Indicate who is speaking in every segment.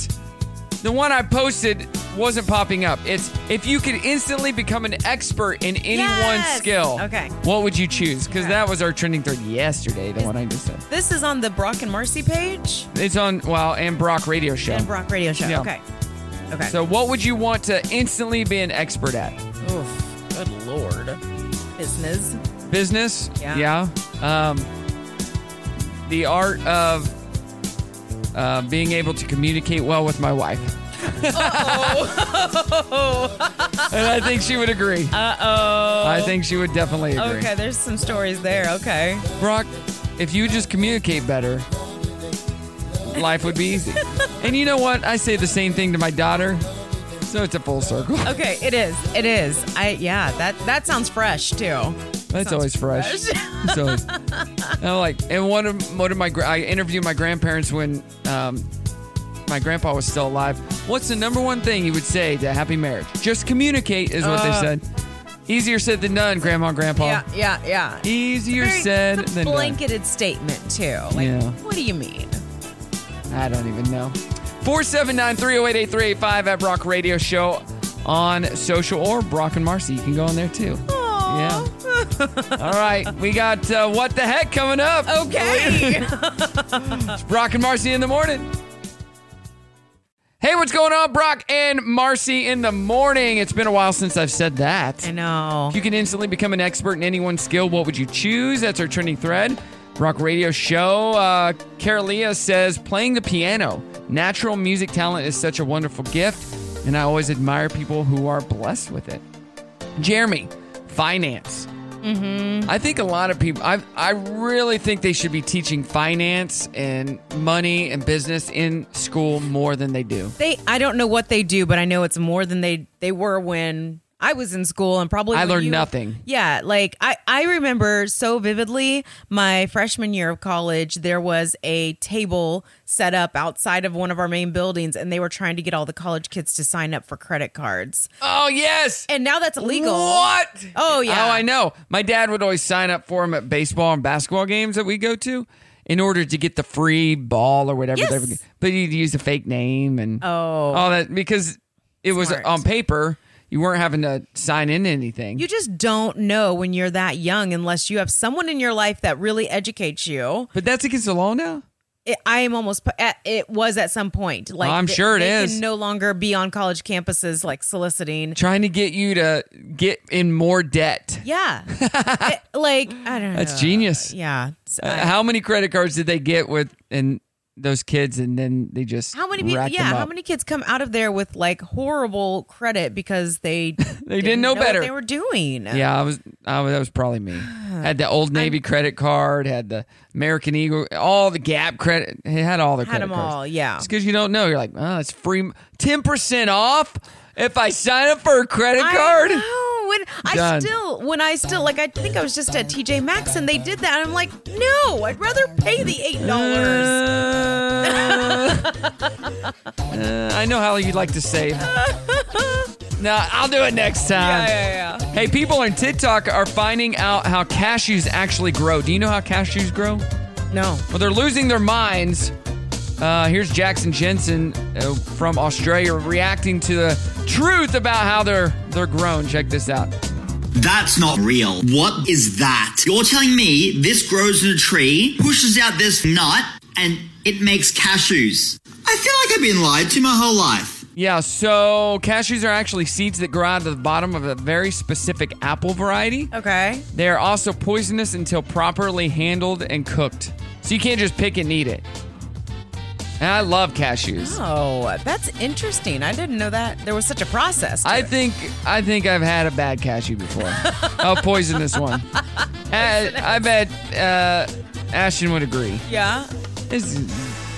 Speaker 1: The one I posted wasn't popping up. It's if you could instantly become an expert in any one
Speaker 2: Yes.
Speaker 1: skill.
Speaker 2: Okay.
Speaker 1: What would you choose? Because
Speaker 2: Okay.
Speaker 1: that was our trending thread yesterday, the one I just said.
Speaker 2: This is on the Brock and Marcy page
Speaker 1: It's on well, and Brock Radio Show.
Speaker 2: and Brock Radio Show.
Speaker 1: Yeah.
Speaker 2: Okay. Okay.
Speaker 1: So what would you want to instantly be an expert at?
Speaker 2: Oof, good lord. Business.
Speaker 1: business.
Speaker 2: Yeah.
Speaker 1: Yeah. Um, the art of uh, being able to communicate well with my wife. and I think she would agree.
Speaker 2: Uh oh.
Speaker 1: I think she would definitely agree.
Speaker 2: Okay, there's some stories there. Okay.
Speaker 1: Brock, if you just communicate better, life would be easy. and you know what? I say the same thing to my daughter. So it's a full circle.
Speaker 2: Okay, it is. It is. I yeah, that that sounds fresh too.
Speaker 1: That's always fresh. it's always. And I'm like, and one of one of my gra- I interviewed my grandparents when um, my grandpa was still alive. What's the number one thing you would say to a happy marriage? Just communicate is what they said. Easier said than done, Grandma and Grandpa.
Speaker 2: Uh, Yeah, yeah, yeah.
Speaker 1: Easier
Speaker 2: Very-
Speaker 1: said
Speaker 2: it's a
Speaker 1: than
Speaker 2: blanketed statement too. Like,
Speaker 1: Yeah.
Speaker 2: what do you mean?
Speaker 1: done. I don't even know. 479-308-8385 at Brock Radio Show on social or Brock and Marcy. You can go on there too.
Speaker 2: Aw.
Speaker 1: All right, we got uh, what the heck coming up.
Speaker 2: Okay.
Speaker 1: Brock and Marcy in the morning. Hey, what's going on, Brock and Marcy in the morning? It's been a while since I've said that.
Speaker 2: I
Speaker 1: If
Speaker 2: know.
Speaker 1: you can instantly become an expert in any one skill, what would you choose? That's our trending thread. Brock Radio Show. Uh, Carolia says, playing the piano. Natural music talent is such a wonderful gift, and I always admire people who are blessed with it. Jeremy, finance.
Speaker 2: Mm-hmm.
Speaker 1: I think a lot of people. I I really think they should be teaching finance and money and business in school more than they do.
Speaker 2: They I don't know what they do, but I know it's more than they they were when I was in school and probably
Speaker 1: I
Speaker 2: when
Speaker 1: learned
Speaker 2: you-
Speaker 1: nothing.
Speaker 2: Yeah, like I I remember so vividly my freshman year of college there was a table set up outside of one of our main buildings and they were trying to get all the college kids to sign up for credit cards.
Speaker 1: Oh yes.
Speaker 2: And now that's illegal.
Speaker 1: What?
Speaker 2: Oh, yeah.
Speaker 1: Oh, I know. My dad would always sign up for them at baseball and basketball games that we go to, in order to get the free ball or whatever. They
Speaker 2: Yes.
Speaker 1: were, but you'd use a fake name and
Speaker 2: Oh.
Speaker 1: all that because it was
Speaker 2: Smart.
Speaker 1: on paper. you weren't having to sign in to anything.
Speaker 2: You just don't know when you're that young unless you have someone in your life that really educates you.
Speaker 1: but that's against the law now.
Speaker 2: It, I am almost. pu- at- It was at some point. Like
Speaker 1: I'm
Speaker 2: th-
Speaker 1: sure it
Speaker 2: they can
Speaker 1: is.
Speaker 2: no longer be on college campuses like soliciting.
Speaker 1: Trying to get you to get in more debt.
Speaker 2: Yeah, It- like I don't know.
Speaker 1: That's genius.
Speaker 2: Yeah. It's-
Speaker 1: Uh,
Speaker 2: I-
Speaker 1: how many credit cards did they get with and those kids, and then they just
Speaker 2: how many? people
Speaker 1: racked
Speaker 2: Yeah.
Speaker 1: them
Speaker 2: How
Speaker 1: up?
Speaker 2: many kids come out of there with like horrible credit because they they didn't,
Speaker 1: know better.
Speaker 2: what they were doing?
Speaker 1: Yeah, I was, I was. That was probably me. Had the old Navy credit card, had the American Eagle, all the Gap credit. It had all the
Speaker 2: Had
Speaker 1: credit
Speaker 2: them
Speaker 1: cards.
Speaker 2: all, yeah.
Speaker 1: It's because you don't know. You're like, oh, it's free, ten percent off if I sign up for a credit card.
Speaker 2: I know. When I
Speaker 1: Done.
Speaker 2: still, when I still, like, I think I was just at TJ Maxx and they did that. And I'm like, no, I'd rather pay the eight dollars.
Speaker 1: Uh, uh, I know how you'd like to save. No, I'll do it next time.
Speaker 2: yeah, yeah.
Speaker 1: Hey, people on TikTok are finding out how cashews actually grow. Do you know how cashews grow?
Speaker 2: No.
Speaker 1: Well, they're losing their minds. Uh, here's Jackson Jensen uh, from Australia reacting to the truth about how they're they're grown. Check this out.
Speaker 3: That's not real. What is that? You're telling me this grows in a tree, pushes out this nut, and it makes cashews. I feel like I've been lied to my whole life.
Speaker 1: Yeah, so cashews are actually seeds that grow out of the bottom of a very specific apple variety.
Speaker 2: Okay.
Speaker 1: They are also poisonous until properly handled and cooked. So you can't just pick and eat it. And I love cashews.
Speaker 2: Oh, that's interesting. I didn't know that there was such a process. to
Speaker 1: I
Speaker 2: it.
Speaker 1: think I think I've had a bad cashew before. a poisonous one. I, I bet uh, Ashton would agree.
Speaker 2: Yeah.
Speaker 1: It's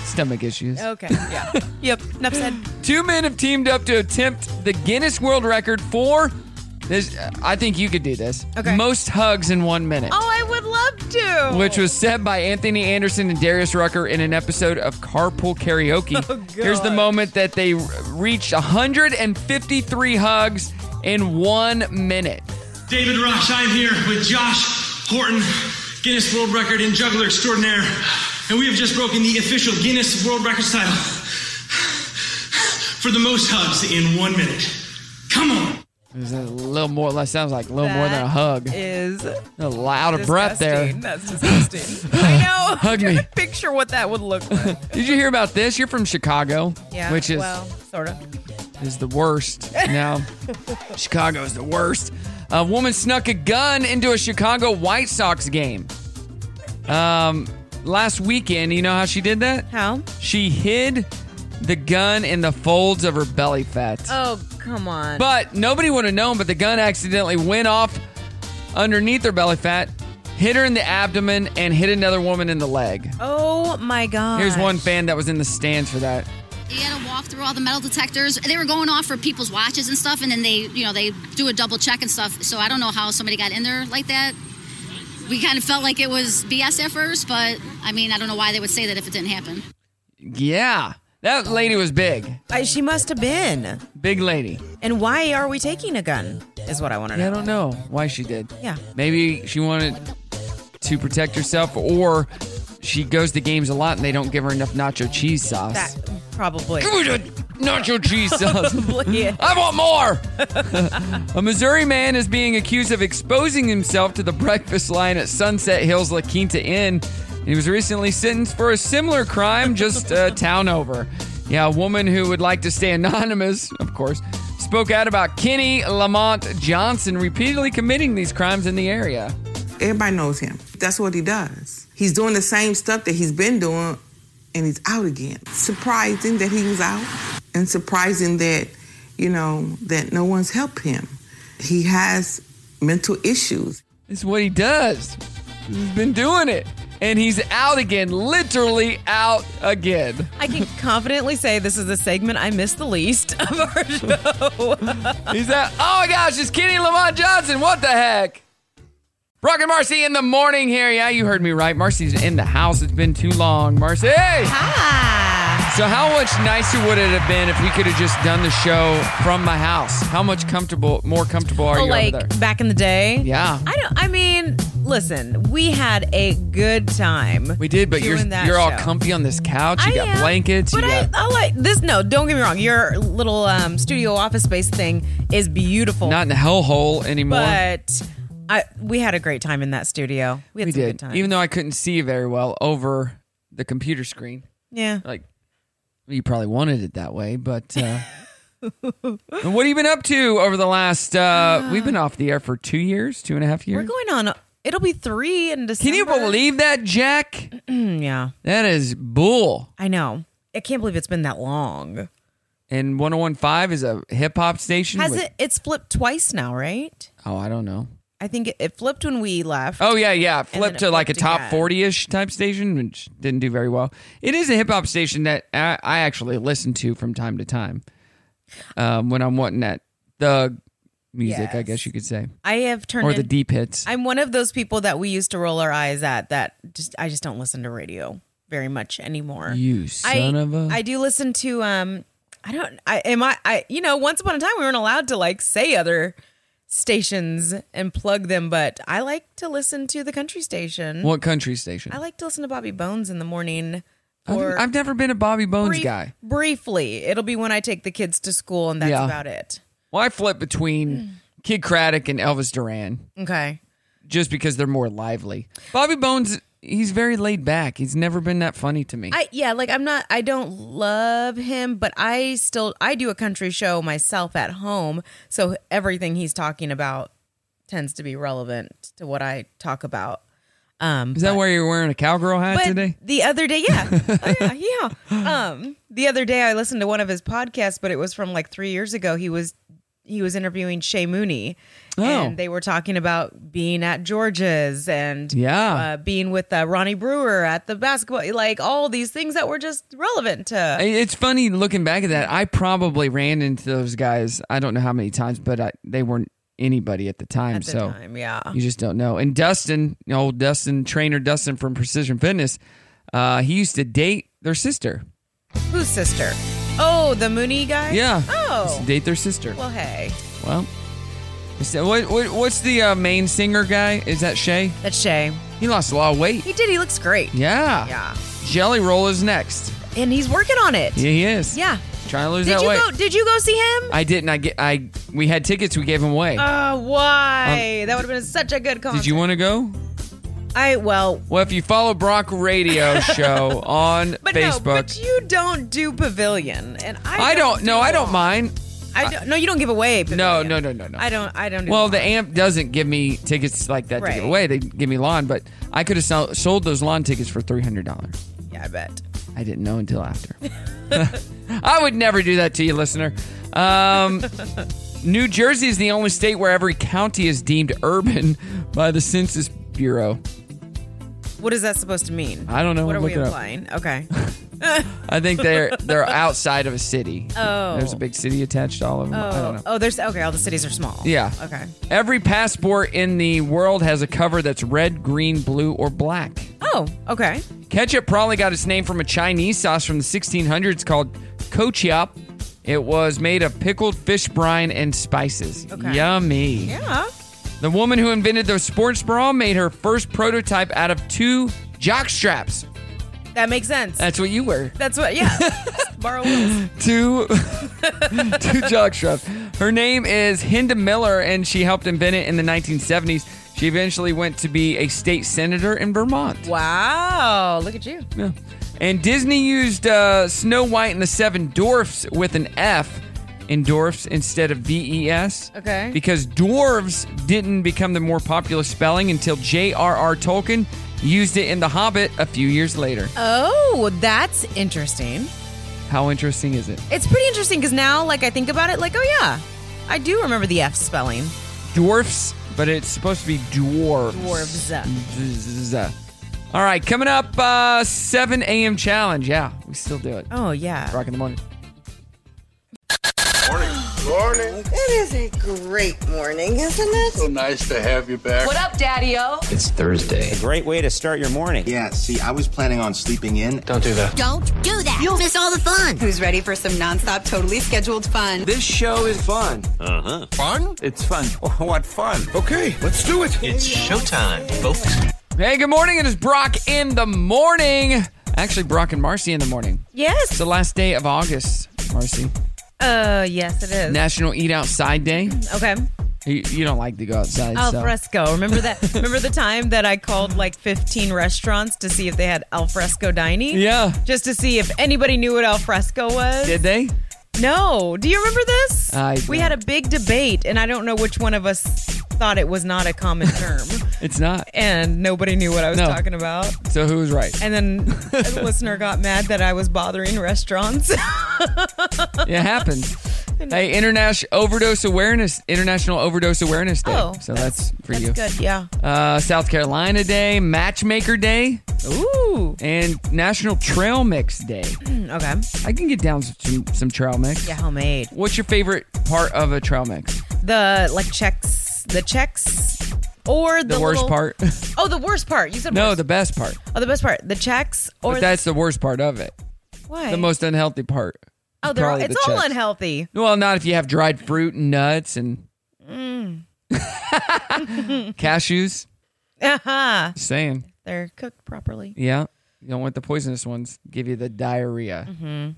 Speaker 1: stomach issues.
Speaker 2: Okay. Yeah. yep. Enough said.
Speaker 1: Two men have teamed up to attempt the Guinness World Record for this. uh, I think you could do this.
Speaker 2: Okay.
Speaker 1: Most hugs in one minute.
Speaker 2: Oh, I would love to.
Speaker 1: Which was said by Anthony Anderson and Darius Rucker in an episode of Carpool Karaoke.
Speaker 2: Oh,
Speaker 1: Here's the moment that they r- reached 153 hugs in one minute.
Speaker 4: David Rush, I'm here with Josh Horton, Guinness World Record and juggler extraordinaire, and we have just broken the official Guinness World Record title for the most hugs in one minute. Come on.
Speaker 1: There's a little more. That sounds like a little more than a hug.
Speaker 2: Is
Speaker 1: a little out of breath there.
Speaker 2: disgusting. That's disgusting. I know.
Speaker 1: Hug
Speaker 2: I'm trying
Speaker 1: me.
Speaker 2: to Picture what that would look like.
Speaker 1: Did you hear about this? You're from Chicago,
Speaker 2: Yeah.
Speaker 1: which is
Speaker 2: well, sort of.
Speaker 1: is the worst. Now, Chicago is the worst. A woman snuck a gun into a Chicago White Sox game. Um, last weekend, you know how she did that?
Speaker 2: How?
Speaker 1: She hid the gun in the folds of her belly fat.
Speaker 2: Oh, come on.
Speaker 1: But nobody would have known, but the gun accidentally went off underneath her belly fat, hit her in the abdomen, and hit another woman in the leg.
Speaker 2: Oh my god.
Speaker 1: Here's one fan that was in the stands for that.
Speaker 5: You had to walk through all the metal detectors. They were going off for people's watches and stuff, and then they, you know, they do a double check and stuff. So I don't know how somebody got in there like that. We kind of felt like it was BS at first, but I mean, I don't know why they would say that if it didn't happen.
Speaker 1: Yeah. That lady was big.
Speaker 2: I, she must have been.
Speaker 1: Big lady.
Speaker 2: And why are we taking a gun? Is what I want to
Speaker 1: Yeah, I
Speaker 2: know.
Speaker 1: don't know why she did.
Speaker 2: Yeah.
Speaker 1: Maybe she wanted to protect herself, or she goes to games a lot and they don't give her enough nacho cheese sauce.
Speaker 2: That probably.
Speaker 1: Give me the nacho cheese sauce.
Speaker 2: Yeah.
Speaker 1: I want more. a Missouri man is being accused of exposing himself to the breakfast line at Sunset Hills La Quinta Inn. He was recently sentenced for a similar crime just a town over. Yeah, a woman who would like to stay anonymous, of course, spoke out about Kenny Lamont Johnson repeatedly committing these crimes in the area.
Speaker 6: Everybody knows him. That's what he does. He's doing the same stuff that he's been doing, and he's out again. Surprising that he was out, and surprising that, you know, that no one's helped him. He has mental issues.
Speaker 1: This is what he does. He's been doing it. And he's out again, literally out again.
Speaker 2: I can confidently say this is the segment I miss the least of our show.
Speaker 1: He's that? Oh my gosh, it's Kenny Lamont Johnson. What the heck? Brock and Marcy in the morning here. Yeah, you heard me right. Marcy's in the house. It's been too long. Marcy.
Speaker 2: Ah.
Speaker 1: So how much nicer would it have been if we could have just done the show from my house? How much comfortable, more comfortable are
Speaker 2: Well,
Speaker 1: you
Speaker 2: like
Speaker 1: over there?
Speaker 2: back in the day.
Speaker 1: Yeah.
Speaker 2: I don't. I mean, listen, we had a good time.
Speaker 1: We did, but you're
Speaker 2: doing that
Speaker 1: you're all
Speaker 2: show.
Speaker 1: comfy on this couch. You
Speaker 2: I
Speaker 1: got
Speaker 2: am,
Speaker 1: blankets.
Speaker 2: But
Speaker 1: you
Speaker 2: I,
Speaker 1: got,
Speaker 2: I like this. No, don't get me wrong. Your little um, studio office space thing is beautiful.
Speaker 1: not in the hellhole anymore.
Speaker 2: but I, we had a great time in that studio. We had
Speaker 1: we
Speaker 2: some good
Speaker 1: did,
Speaker 2: time.
Speaker 1: even though I couldn't see very well over the computer screen.
Speaker 2: yeah.
Speaker 1: Like you probably wanted it that way, but. Uh, and what have you been up to over the last? Uh, we've been off the air for two years, two and a half
Speaker 2: We're
Speaker 1: years.
Speaker 2: going on. It'll be three in December. Mm,
Speaker 1: Can you believe that, Jack?
Speaker 2: Yeah,
Speaker 1: That is bull.
Speaker 2: I know. I can't believe it's been that long.
Speaker 1: And 1015 is a hip hop station.
Speaker 2: Has
Speaker 1: with-
Speaker 2: it? It's flipped twice now, right?
Speaker 1: Oh, I don't know.
Speaker 2: I think it, it flipped when we left.
Speaker 1: Oh yeah, yeah. It
Speaker 2: then
Speaker 1: Flipped
Speaker 2: it
Speaker 1: to like a
Speaker 2: flipped
Speaker 1: top
Speaker 2: again.
Speaker 1: forty ish type station, which didn't do very well. It is a hip hop station that I, I actually listen to from time to time um, when I'm wanting that the music, I
Speaker 2: Yes.
Speaker 1: guess you could say,
Speaker 2: I have turned
Speaker 1: or the
Speaker 2: in-
Speaker 1: deep hits.
Speaker 2: I'm one of those people that we used to roll our eyes at. That just I just don't listen to radio very much anymore.
Speaker 1: you son
Speaker 2: I,
Speaker 1: of a!
Speaker 2: I do listen to um I don't I am I I you know once upon a time we weren't allowed to like say other stations and plug them but I like to listen to the country station.
Speaker 1: what country station?
Speaker 2: I like to listen to Bobby Bones in the morning
Speaker 1: I've,
Speaker 2: or
Speaker 1: I've never been a Bobby Bones
Speaker 2: brief-
Speaker 1: guy.
Speaker 2: Briefly, it'll be when I take the kids to school and that's
Speaker 1: Yeah.
Speaker 2: about it.
Speaker 1: Well, I flip
Speaker 2: Mm.
Speaker 1: between Kid Craddock and Elvis Duran
Speaker 2: Okay.
Speaker 1: just because they're more lively. Bobby Bones, he's very laid back. He's never been that funny to me.
Speaker 2: I yeah, like I'm not I don't love him, but I still I do a country show myself at home, so everything he's talking about tends to be relevant to what I talk about. Um
Speaker 1: Is that why you're wearing a cowgirl hat
Speaker 2: but
Speaker 1: today?
Speaker 2: the other day, yeah. Oh, yeah, yeah. Um the other day I listened to one of his podcasts, but it was from like 3 years ago. He was he was interviewing Shay Mooney
Speaker 1: Oh.
Speaker 2: and they were talking about being at George's and
Speaker 1: Yeah.
Speaker 2: uh, being with uh, Ronnie Brewer at the basketball, like all these things that were just relevant to.
Speaker 1: I- It's funny looking back at that. I probably ran into those guys. I don't know how many times, but I, they weren't anybody at the time.
Speaker 2: At the
Speaker 1: so
Speaker 2: time, yeah.
Speaker 1: you just don't know. And Dustin, old Dustin, trainer Dustin from Precision Fitness, uh, he used to date their sister.
Speaker 2: Whose sister? Oh, the Mooney guy?
Speaker 1: Yeah, He used
Speaker 2: Oh.
Speaker 1: to date their sister.
Speaker 2: Well, hey.
Speaker 1: Well, so what, what, what's the uh, main singer guy? Is that Shay?
Speaker 2: That's Shay.
Speaker 1: He lost a lot of weight.
Speaker 2: He did. He looks great.
Speaker 1: Yeah.
Speaker 2: Yeah.
Speaker 1: Jelly Roll is next.
Speaker 2: And he's working on it.
Speaker 1: Yeah, he is.
Speaker 2: Yeah.
Speaker 1: Trying to lose
Speaker 2: Did
Speaker 1: that
Speaker 2: you
Speaker 1: weight.
Speaker 2: go did you go see him?
Speaker 1: I didn't. I get. I we had tickets. We gave them away.
Speaker 2: Oh, why? that would have been such a good concert.
Speaker 1: Um, Did you want to go?
Speaker 2: I well,
Speaker 1: Well, if you follow Brock Radio Show on
Speaker 2: but no,
Speaker 1: Facebook,
Speaker 2: but you don't do pavilion, and I
Speaker 1: I don't.
Speaker 2: do
Speaker 1: No, I
Speaker 2: long.
Speaker 1: don't mind.
Speaker 2: I don't, no, you don't give away.
Speaker 1: No,
Speaker 2: pavilion.
Speaker 1: no, no, no, no.
Speaker 2: I don't. I don't. Do
Speaker 1: Well,
Speaker 2: long.
Speaker 1: the amp doesn't give me tickets like that to
Speaker 2: Right.
Speaker 1: give away. They give me lawn, but I could have sell, sold those lawn tickets for three hundred dollars.
Speaker 2: yeah, I bet.
Speaker 1: I didn't know until after. I would never do that to you, listener. Um, New Jersey is the only state where every county is deemed urban by the Census Bureau.
Speaker 2: What is that supposed to mean?
Speaker 1: I don't know.
Speaker 2: What are
Speaker 1: Look
Speaker 2: we
Speaker 1: it up.
Speaker 2: implying? Okay.
Speaker 1: I think they're they're outside of a city.
Speaker 2: Oh.
Speaker 1: there's a big city attached to all of them. I don't know.
Speaker 2: Oh, there's okay. All the cities are small.
Speaker 1: Yeah.
Speaker 2: Okay.
Speaker 1: Every passport in the world has a cover that's red, green, blue, or black.
Speaker 2: Oh, okay.
Speaker 1: Ketchup probably got its name from a Chinese sauce from the 1600s called kochiap. It was made of pickled fish brine and spices.
Speaker 2: Okay.
Speaker 1: Yummy.
Speaker 2: Yeah.
Speaker 1: The woman who invented the sports bra made her first prototype out of two jock straps.
Speaker 2: That makes sense.
Speaker 1: That's what you wear.
Speaker 2: That's what. Yeah. Borrow wheels.
Speaker 1: two two jock straps. Her name is Hinda Miller, and she helped invent it in the 1970s. She eventually went to be a state senator in Vermont.
Speaker 2: Wow. Look at you.
Speaker 1: Yeah. And Disney used uh, Snow White and the Seven Dwarfs with an F in dwarfs instead of D E S.
Speaker 2: Okay.
Speaker 1: Because dwarves didn't become the more popular spelling until J.R.R. Tolkien used it in The Hobbit a few years later.
Speaker 2: Oh, that's interesting.
Speaker 1: How interesting is it?
Speaker 2: It's pretty interesting because now, like, I think about it, like, oh yeah, I do remember the F spelling.
Speaker 1: dwarfs, but it's supposed to be dwarves.
Speaker 2: Dwarves.
Speaker 1: Dwarves. All right, coming up, uh, 7 a.m. challenge. Yeah, we still do it.
Speaker 2: Oh yeah.
Speaker 1: Rock in the morning.
Speaker 7: Morning. Good morning.
Speaker 8: It is a great morning, isn't it?
Speaker 7: So nice to have you back.
Speaker 9: What up, Daddy O?
Speaker 10: It's Thursday. A
Speaker 11: great way to start your morning.
Speaker 10: Yeah, Uh, see, I was planning on sleeping in.
Speaker 11: Don't do that.
Speaker 9: Don't do that. You'll miss all the fun. Who's ready for some nonstop, totally scheduled fun?
Speaker 11: This show is fun.
Speaker 10: Uh huh.
Speaker 11: Fun? It's fun. what fun?
Speaker 10: Okay, let's do it. It's showtime, folks.
Speaker 1: Hey, good morning. It is Brock in the morning. Actually, Brock and Marcy in the morning.
Speaker 2: Yes.
Speaker 1: It's the last day of August, Marcy.
Speaker 2: Uh, yes, it is.
Speaker 1: National Eat Outside Day.
Speaker 2: okay.
Speaker 1: You, you don't like to go outside.
Speaker 2: Al
Speaker 1: so.
Speaker 2: fresco. Remember that? remember the time that I called like 15 restaurants to see if they had al fresco dining?
Speaker 1: Yeah.
Speaker 2: Just to see if anybody knew what al fresco was.
Speaker 1: Did Uh, they?
Speaker 2: No. Do you remember this?
Speaker 1: I
Speaker 2: we
Speaker 1: don't.
Speaker 2: had a big debate, and I don't know which one of us thought it was not a common term,
Speaker 1: It's not.
Speaker 2: and nobody knew what I was
Speaker 1: No.
Speaker 2: talking about.
Speaker 1: So who was right?
Speaker 2: And then a listener got mad that I was bothering restaurants.
Speaker 1: Yeah, it happens. Hey, International Overdose Awareness, International Overdose Awareness Day.
Speaker 2: Oh,
Speaker 1: so that's, for
Speaker 2: That's
Speaker 1: you.
Speaker 2: good. Yeah.
Speaker 1: Uh, South Carolina Day, Matchmaker Day,
Speaker 2: Ooh.
Speaker 1: and National Trail Mix Day.
Speaker 2: Okay.
Speaker 1: I can get down some some trail mix.
Speaker 2: Yeah, homemade.
Speaker 1: What's your favorite part of a trail mix?
Speaker 2: the like checks the checks or the,
Speaker 1: The, worst
Speaker 2: little-
Speaker 1: part?
Speaker 2: oh the worst part you said
Speaker 1: no,
Speaker 2: worst.
Speaker 1: the best part.
Speaker 2: oh the best part the checks or
Speaker 1: But that's the worst part of it.
Speaker 2: why
Speaker 1: The most unhealthy part.
Speaker 2: oh they're all,
Speaker 1: probably the
Speaker 2: it's all
Speaker 1: checks.
Speaker 2: unhealthy
Speaker 1: Well, not if you have dried fruit and nuts and
Speaker 2: Mm.
Speaker 1: cashews.
Speaker 2: uh-huh.
Speaker 1: Just saying.
Speaker 2: they're cooked properly
Speaker 1: Yeah. You don't want the poisonous ones. Give you the diarrhea.
Speaker 2: Mm-hmm.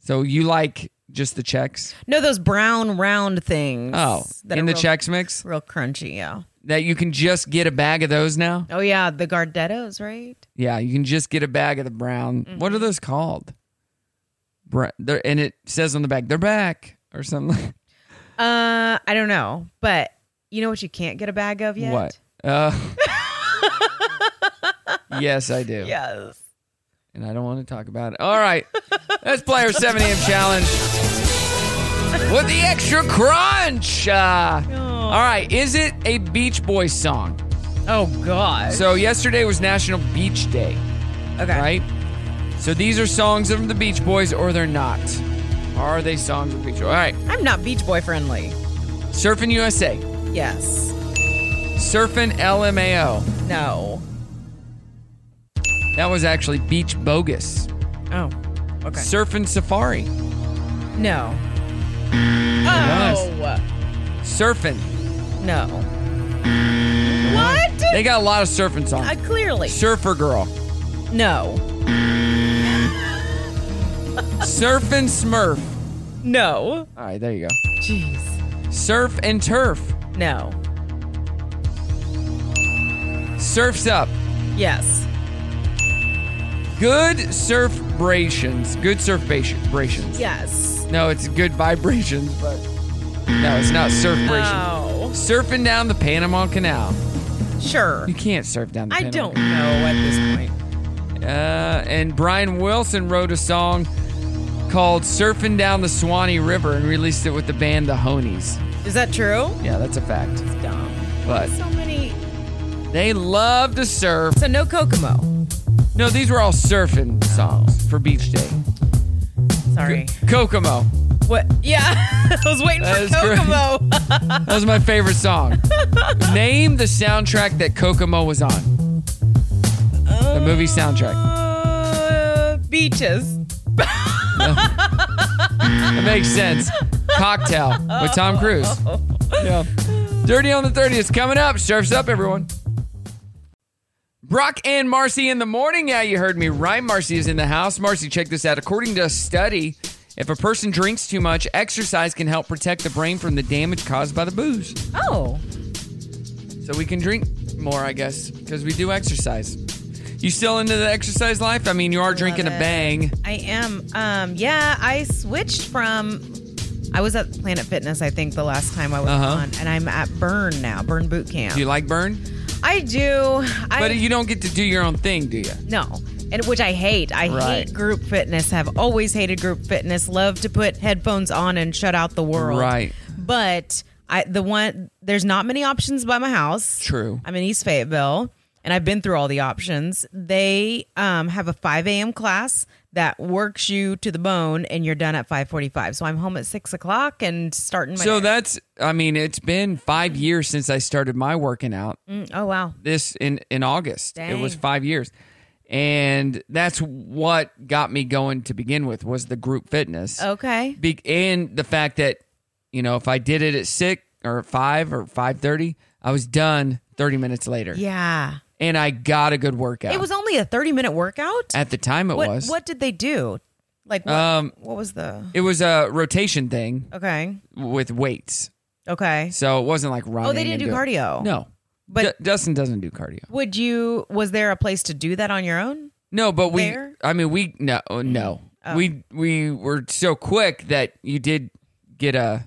Speaker 1: So you like just the checks?
Speaker 2: no those brown round things
Speaker 1: Oh,
Speaker 2: that
Speaker 1: in the
Speaker 2: are real,
Speaker 1: checks mix?
Speaker 2: real crunchy yeah
Speaker 1: That you can just get a bag of those now?
Speaker 2: oh yeah the gardettos right
Speaker 1: Yeah, you can just get a bag of the brown. What
Speaker 2: Mm-hmm.
Speaker 1: are those called? Bra- they're, and it says on the back, they're back or something.
Speaker 2: uh i don't know but you know what you can't get a bag of yet
Speaker 1: What? Uh, yes, I do.
Speaker 2: yes
Speaker 1: and I don't want to talk about it. All right, let's play our 7 a.m. challenge with the extra crunch. Uh, all right, is it a Beach Boys song?
Speaker 2: oh god
Speaker 1: So yesterday was National Beach Day,
Speaker 2: okay
Speaker 1: right? So these are songs from the Beach Boys, or they're not. Are they songs of Beach Boys? All right,
Speaker 2: i'm not beach boy friendly
Speaker 1: Surfing USA,
Speaker 2: yes
Speaker 1: Surfing LMAO.
Speaker 2: no
Speaker 1: That was actually Beach Bogus.
Speaker 2: oh okay
Speaker 1: Surfing Safari,
Speaker 2: No. Oh
Speaker 1: Surfing.
Speaker 2: no. What?
Speaker 1: They got a lot of surfing
Speaker 2: Uh,
Speaker 1: songs.
Speaker 2: clearly.
Speaker 1: Surfer Girl,
Speaker 2: No.
Speaker 1: Surfing Smurf.
Speaker 2: No.
Speaker 1: All right, there you go.
Speaker 2: Jeez.
Speaker 1: Surf and turf.
Speaker 2: No.
Speaker 1: Surfs up.
Speaker 2: Yes.
Speaker 1: Good surf brations. Good surf brations.
Speaker 2: Yes.
Speaker 1: No, it's good vibrations, but no, it's not surf brations.
Speaker 2: Oh.
Speaker 1: Surfing down the Panama Canal.
Speaker 2: Sure.
Speaker 1: You can't surf down the
Speaker 2: I
Speaker 1: Panama
Speaker 2: don't know at this point.
Speaker 1: Canal. Uh, and Brian Wilson wrote a song called Surfing Down the Swanee River and released it with the band The Honeys.
Speaker 2: Is that true?
Speaker 1: Yeah, that's a fact.
Speaker 2: It's dumb.
Speaker 1: But
Speaker 2: So many.
Speaker 1: they love to surf.
Speaker 2: So no Kokomo.
Speaker 1: No, these were all surfing songs for beach day.
Speaker 2: Sorry.
Speaker 1: Kokomo.
Speaker 2: What? Yeah. I was waiting
Speaker 1: That
Speaker 2: for
Speaker 1: is great.
Speaker 2: Kokomo.
Speaker 1: That was my favorite song. Name the soundtrack that Kokomo was on. The movie soundtrack.
Speaker 2: uh, beaches.
Speaker 1: That makes sense. Cocktail with Tom Cruise. Yeah. Dirty on the 30th coming up. Surf's up, everyone. Brock and Marcy in the morning. Yeah, you heard me right. Marcy is in the house. Marcy, check this out. According to a study, if a person drinks too much, exercise can help protect the brain from the damage caused by the booze.
Speaker 2: Oh.
Speaker 1: So we can drink more, I guess, because we do exercise. You still into the exercise life? I mean, you are drinking a
Speaker 2: it.
Speaker 1: bang.
Speaker 2: I am. Um, yeah, I switched from. I was at Planet Fitness, I think, the last time I was
Speaker 1: Uh-huh.
Speaker 2: on, and I'm at Burn now, Burn Boot Camp.
Speaker 1: Do you like burn?
Speaker 2: I do. I
Speaker 1: but you don't get to do your own thing, do you?
Speaker 2: no, and which I hate. I
Speaker 1: Right.
Speaker 2: hate group fitness. Have always hated group fitness. Love to put headphones on and shut out the world.
Speaker 1: Right.
Speaker 2: But I the one there's not many options by my house.
Speaker 1: True.
Speaker 2: I'm in East Fayetteville. and I've been through all the options. They um, have a 5 a.m. class that works you to the bone, and you're done at 5:45. So I'm home at six o'clock and starting my.
Speaker 1: So that's, I mean, it's been five years since I started my working out.
Speaker 2: Mm, oh wow.
Speaker 1: This in in August. It was
Speaker 2: Dang.
Speaker 1: five years, and that's what got me going to begin with was the group fitness.
Speaker 2: Okay.
Speaker 1: Be- and the fact that you know if I did it at six or five or five thirty, I was done thirty minutes later.
Speaker 2: Yeah.
Speaker 1: and I got a good workout.
Speaker 2: It was only a 30 minute workout.
Speaker 1: at the time it
Speaker 2: what,
Speaker 1: was.
Speaker 2: What did they do? Like what,
Speaker 1: Um,
Speaker 2: what was the
Speaker 1: It was a rotation thing
Speaker 2: okay?
Speaker 1: with weights,
Speaker 2: Okay.
Speaker 1: so it wasn't like running.
Speaker 2: Oh, they didn't
Speaker 1: and
Speaker 2: do
Speaker 1: doing-
Speaker 2: cardio.
Speaker 1: No,
Speaker 2: But-
Speaker 1: but Dustin doesn't do cardio.
Speaker 2: Would you? Was there a place to do that on your own?
Speaker 1: No, but we.
Speaker 2: There?
Speaker 1: I mean, we no no.
Speaker 2: Oh.
Speaker 1: We we were so quick that you did get a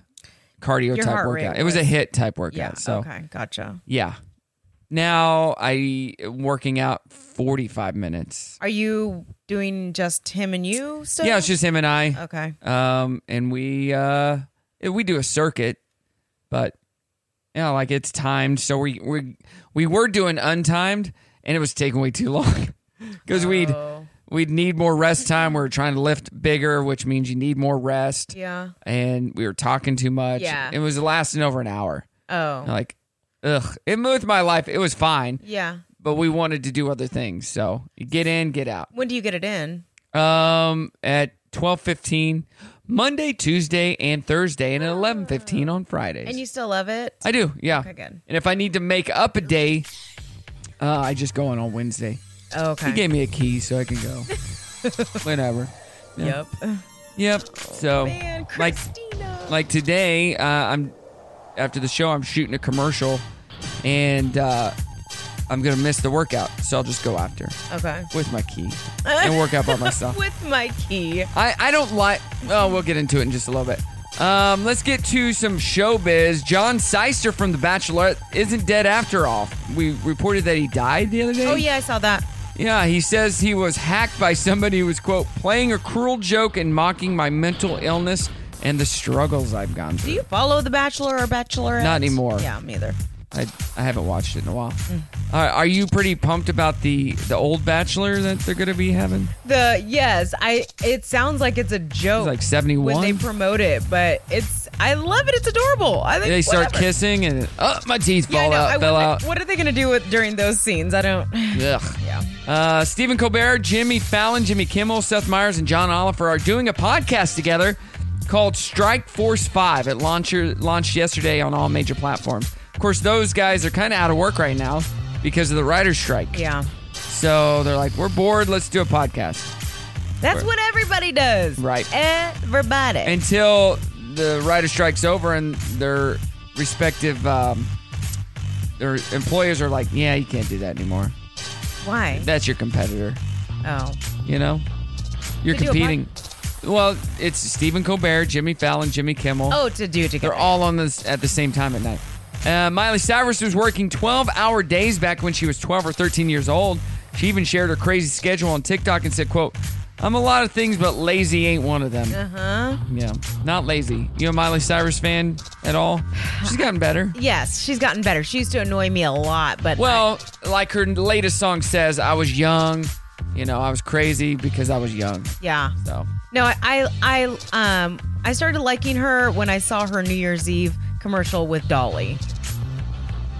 Speaker 1: cardio
Speaker 2: Your
Speaker 1: type
Speaker 2: heart rate
Speaker 1: workout. It was a
Speaker 2: was-
Speaker 1: hit type workout.
Speaker 2: Yeah.
Speaker 1: so
Speaker 2: Okay. Gotcha.
Speaker 1: yeah. Now I am working out forty five minutes.
Speaker 2: Are you doing just him and you still?
Speaker 1: Yeah, it's just him and I.
Speaker 2: Okay.
Speaker 1: Um, and we uh we do a circuit, but yeah, like it's timed. So we we we were doing untimed, and it was taking way too long because we'd
Speaker 2: Oh.
Speaker 1: we'd need more rest time. We were trying to lift bigger, which means you need more rest.
Speaker 2: Yeah.
Speaker 1: And we were talking too much.
Speaker 2: Yeah.
Speaker 1: It was lasting over an hour.
Speaker 2: Oh.
Speaker 1: Like, ugh. It moved my life. It was fine,
Speaker 2: yeah.
Speaker 1: but we wanted to do other things. So you get in, get out.
Speaker 2: When do you get it in?
Speaker 1: Um, at twelve fifteen, Monday, Tuesday, and Thursday, and at eleven fifteen on Fridays.
Speaker 2: Ah. And you still love it?
Speaker 1: I do, yeah.
Speaker 2: Okay, good.
Speaker 1: And if I need to make up a day, uh, I just go on on Wednesday.
Speaker 2: Oh,
Speaker 1: He
Speaker 2: okay.
Speaker 1: gave me a key so I can go whenever. Yeah.
Speaker 2: Yep.
Speaker 1: Yep. So,
Speaker 2: Oh, man,
Speaker 1: like, like today, uh, I'm after the show. I'm shooting a commercial, and uh, I'm gonna miss the workout, so I'll just go after
Speaker 2: Okay.
Speaker 1: with my key and work out by myself.
Speaker 2: With my key.
Speaker 1: I, I don't like. Oh, we'll get into it in just a little bit. Um, let's get to some showbiz. John Seister from The Bachelorette isn't dead after all. We reported that he died the other day.
Speaker 2: Oh yeah, I saw that.
Speaker 1: Yeah, he says he was hacked by somebody who was, quote, playing a cruel joke and mocking my mental illness and the struggles I've gone
Speaker 2: Do
Speaker 1: through.
Speaker 2: you follow the Bachelor or Bachelorette?
Speaker 1: Not anymore.
Speaker 2: Yeah, me either.
Speaker 1: I, I haven't watched it in a while.
Speaker 2: Mm.
Speaker 1: Uh, are you pretty pumped about the, the old Bachelor that they're going to be having?
Speaker 2: The yes, I. It sounds like it's a joke.
Speaker 1: like
Speaker 2: When they
Speaker 1: 71?
Speaker 2: promote it, but it's. I love it. It's adorable. I think
Speaker 1: They start
Speaker 2: whatever.
Speaker 1: kissing and, oh, my teeth
Speaker 2: Yeah, I
Speaker 1: fall
Speaker 2: know. I
Speaker 1: out, fell
Speaker 2: wonder-
Speaker 1: out.
Speaker 2: What are they gonna do with during those scenes? I don't.
Speaker 1: Ugh. Yeah. Uh, Stephen Colbert, Jimmy Fallon, Jimmy Kimmel, Seth Meyers, and John Oliver are doing a podcast together called Strike Force Five. It launched launched yesterday on all major platforms. Of course, those guys are kind of out of work right now because of the writer's strike.
Speaker 2: Yeah.
Speaker 1: So they're like, we're bored. Let's do a podcast.
Speaker 2: That's what everybody does.
Speaker 1: Right.
Speaker 2: Everybody.
Speaker 1: Until the writer's strike's over and their respective um, their employers are like, yeah, you can't do that anymore.
Speaker 2: Why?
Speaker 1: That's your competitor.
Speaker 2: Oh.
Speaker 1: You know, you're
Speaker 2: They do a pod-
Speaker 1: competing. Well, it's Stephen Colbert, Jimmy Fallon, Jimmy Kimmel.
Speaker 2: Oh, to do
Speaker 1: They're
Speaker 2: together.
Speaker 1: all on this at the same time at night. Uh, Miley Cyrus was working 12 hour days back when she was 12 or 13 years old. She even shared her crazy schedule on TikTok and said, quote, I'm a lot of things, but lazy ain't one of them.
Speaker 2: Uh huh.
Speaker 1: Yeah, not lazy. You a Miley Cyrus fan at all? She's gotten better.
Speaker 2: Yes, she's gotten better. She used to annoy me a lot, but
Speaker 1: Well, like her latest song says, I was young. You know, I was crazy because I was young.
Speaker 2: yeah.
Speaker 1: So,
Speaker 2: No, I, I, I, um, I started liking her when I saw her New Year's Eve commercial with Dolly,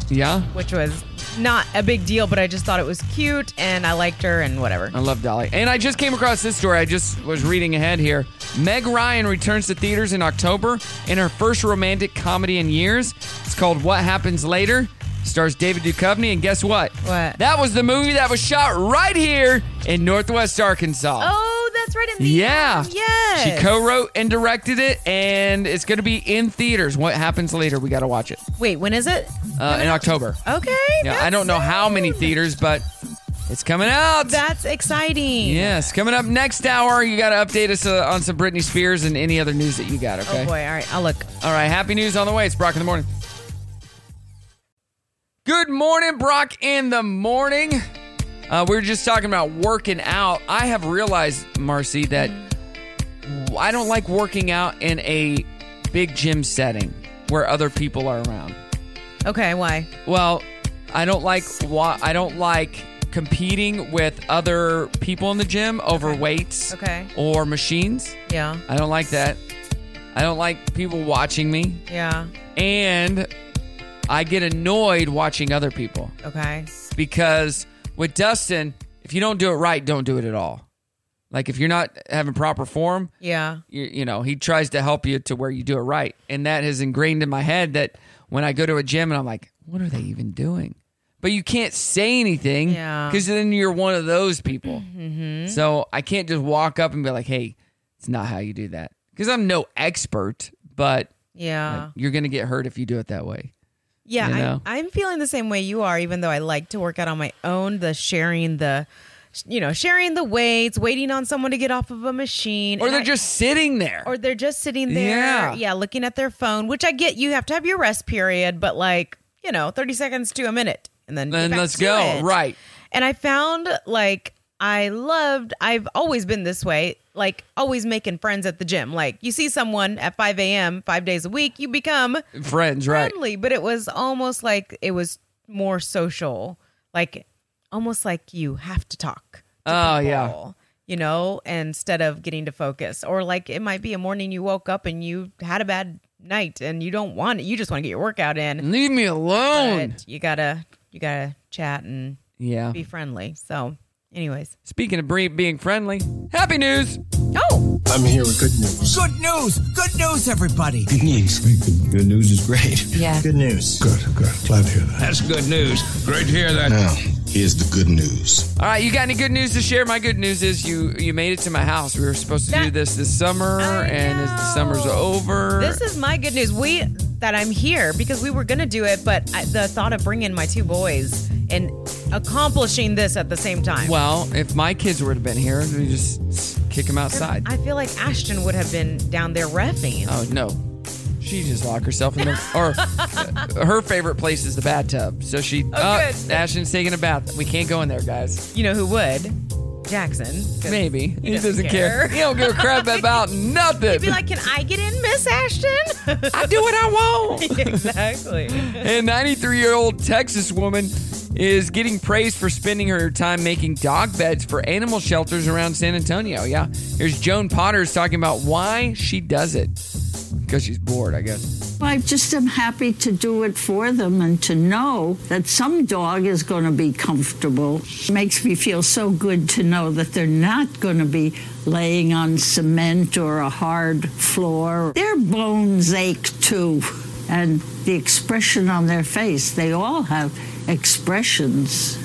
Speaker 1: yeah.
Speaker 2: which was not a big deal, but I just thought it was cute and I liked her and whatever.
Speaker 1: I love Dolly. And I just came across this story. I just was reading ahead here. Meg Ryan returns to theaters in October in her first romantic comedy in years. It's called What Happens Later. Stars David Duchovny. And guess what?
Speaker 2: What?
Speaker 1: That was the movie that was shot right here in Northwest Arkansas.
Speaker 2: Oh, that's right in the
Speaker 1: Yeah.
Speaker 2: Yes.
Speaker 1: She co wrote and directed it, and it's going to be in theaters. What happens later? We got to watch it
Speaker 2: Wait, when is it?
Speaker 1: uh, in October.
Speaker 2: Okay.
Speaker 1: Yeah, I don't know how many theaters, but it's coming out.
Speaker 2: That's exciting.
Speaker 1: Yes, coming up next hour, you got to update us uh, on some Britney Spears and any other news that you got, okay?
Speaker 2: Oh boy. All right. I'll look.
Speaker 1: All right, happy news on the way. It's Brock in the morning. Good morning, Brock in the morning. Uh, we were just talking about working out. I have realized, Marcy, that I don't like working out in a big gym setting where other people are around.
Speaker 2: Okay. Why?
Speaker 1: Well, I don't like wa- I don't like competing with other people in the gym over weights
Speaker 2: Okay.
Speaker 1: or machines.
Speaker 2: Yeah.
Speaker 1: I don't like that. I don't like people watching me.
Speaker 2: Yeah.
Speaker 1: And I get annoyed watching other people
Speaker 2: Okay.
Speaker 1: because with Dustin, if you don't do it right, don't do it at all. Like if you're not having proper form,
Speaker 2: Yeah.
Speaker 1: you, you know, he tries to help you to where you do it right. And that has ingrained in my head that when I go to a gym and I'm like, what are they even doing? But you can't say anything
Speaker 2: Yeah. Mm-hmm.
Speaker 1: because then you're one of those people. So I can't just walk up and be like, hey, it's not how you do that. Because I'm no expert, but
Speaker 2: Yeah.
Speaker 1: like, you're going to get hurt if you do it that way.
Speaker 2: Yeah,
Speaker 1: You know?
Speaker 2: I, I'm feeling the same way you are, even though I like to work out on my own, the sharing the you know, sharing the weights, waiting on someone to get off of a machine.
Speaker 1: Or
Speaker 2: and
Speaker 1: they're
Speaker 2: I-
Speaker 1: just sitting there.
Speaker 2: or they're just sitting there,
Speaker 1: Yeah.
Speaker 2: yeah. looking at their phone, which I get you have to have your rest period, but like, you know, 30 seconds to a minute and then get
Speaker 1: Then
Speaker 2: back
Speaker 1: let's
Speaker 2: to
Speaker 1: go.
Speaker 2: it.
Speaker 1: Right.
Speaker 2: And I found like I loved, I've always been this way, like always making friends at the gym. Like you see someone at 5 a.m., five days a week, you become
Speaker 1: Friends, right.
Speaker 2: friendly, but it was almost like it was more social, like almost like you have to talk. to
Speaker 1: Oh, yeah.
Speaker 2: people, You know, instead of getting to focus, or like it might be a morning you woke up and you had a bad night and you don't want it. You just want to get your workout in.
Speaker 1: Leave me alone.
Speaker 2: But you gotta, you gotta chat and
Speaker 1: Yeah.
Speaker 2: be friendly. So, anyways,
Speaker 1: Speaking of bre- being friendly, happy news.
Speaker 2: oh,
Speaker 10: I'm here with good news.
Speaker 12: Good news! Good news, everybody!
Speaker 10: Good news. Good, news is great.
Speaker 2: Yeah.
Speaker 10: Good news. Good, good. Glad to hear that. That's good news. Great to hear that. Now, here's the good news.
Speaker 1: All right, you got any good news to share? My good news is you you made it to my house. We were supposed to do this this summer, and as the summer's over,
Speaker 2: This is my good news. We that I'm here because we were gonna do it, but I, the thought of bringing my two boys and accomplishing this at the same time.
Speaker 1: well, if my kids would have been here, we just kick them outside.
Speaker 2: I feel like Ashton would have been down there refing.
Speaker 1: Oh no, she just locked herself in the or uh, her favorite place is the bathtub. So she uh,
Speaker 2: Oh, good.
Speaker 1: Ashton's taking a bath. We can't go in there, guys.
Speaker 2: You know who would? Jackson. 'Cause
Speaker 1: Maybe he, doesn't,
Speaker 2: doesn't
Speaker 1: care.
Speaker 2: care.
Speaker 1: He don't give a crap about nothing.
Speaker 2: He'd be like, "Can I get in, Miss Ashton?"
Speaker 1: I do what I want.
Speaker 2: exactly.
Speaker 1: A 93 year old Texas woman is getting praised for spending her time making dog beds for animal shelters around San Antonio. Yeah. Here's Joan Potters talking about why she does it. Because she's bored, I guess.
Speaker 7: I just am happy to do it for them and to know that some dog is going to be comfortable. It makes me feel so good to know that they're not going to be laying on cement or a hard floor. Their bones ache too. And the expression on their face, they all have expressions.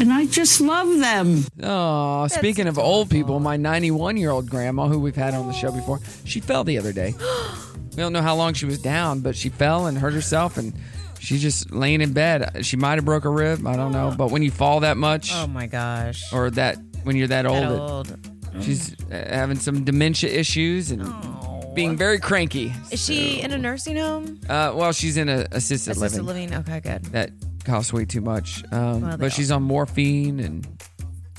Speaker 7: And I just love them.
Speaker 1: Oh, speaking of old people, my 91 year old grandma, who we've had on the show before, she fell the other day. we don't know how long she was down, but she fell and hurt herself, and she's just laying in bed. She might have broke a rib. I don't know. But when you fall that much,
Speaker 2: Oh my gosh.
Speaker 1: or that when you're that old,
Speaker 2: That
Speaker 1: it-
Speaker 2: old.
Speaker 1: She's uh, having some dementia issues and being very cranky.
Speaker 2: Is she in a nursing home?
Speaker 1: Uh, well, she's in a assisted,
Speaker 2: Assisted
Speaker 1: living
Speaker 2: living. Okay, good.
Speaker 1: that costs way too much. Um,
Speaker 2: Well, they
Speaker 1: but she's on morphine and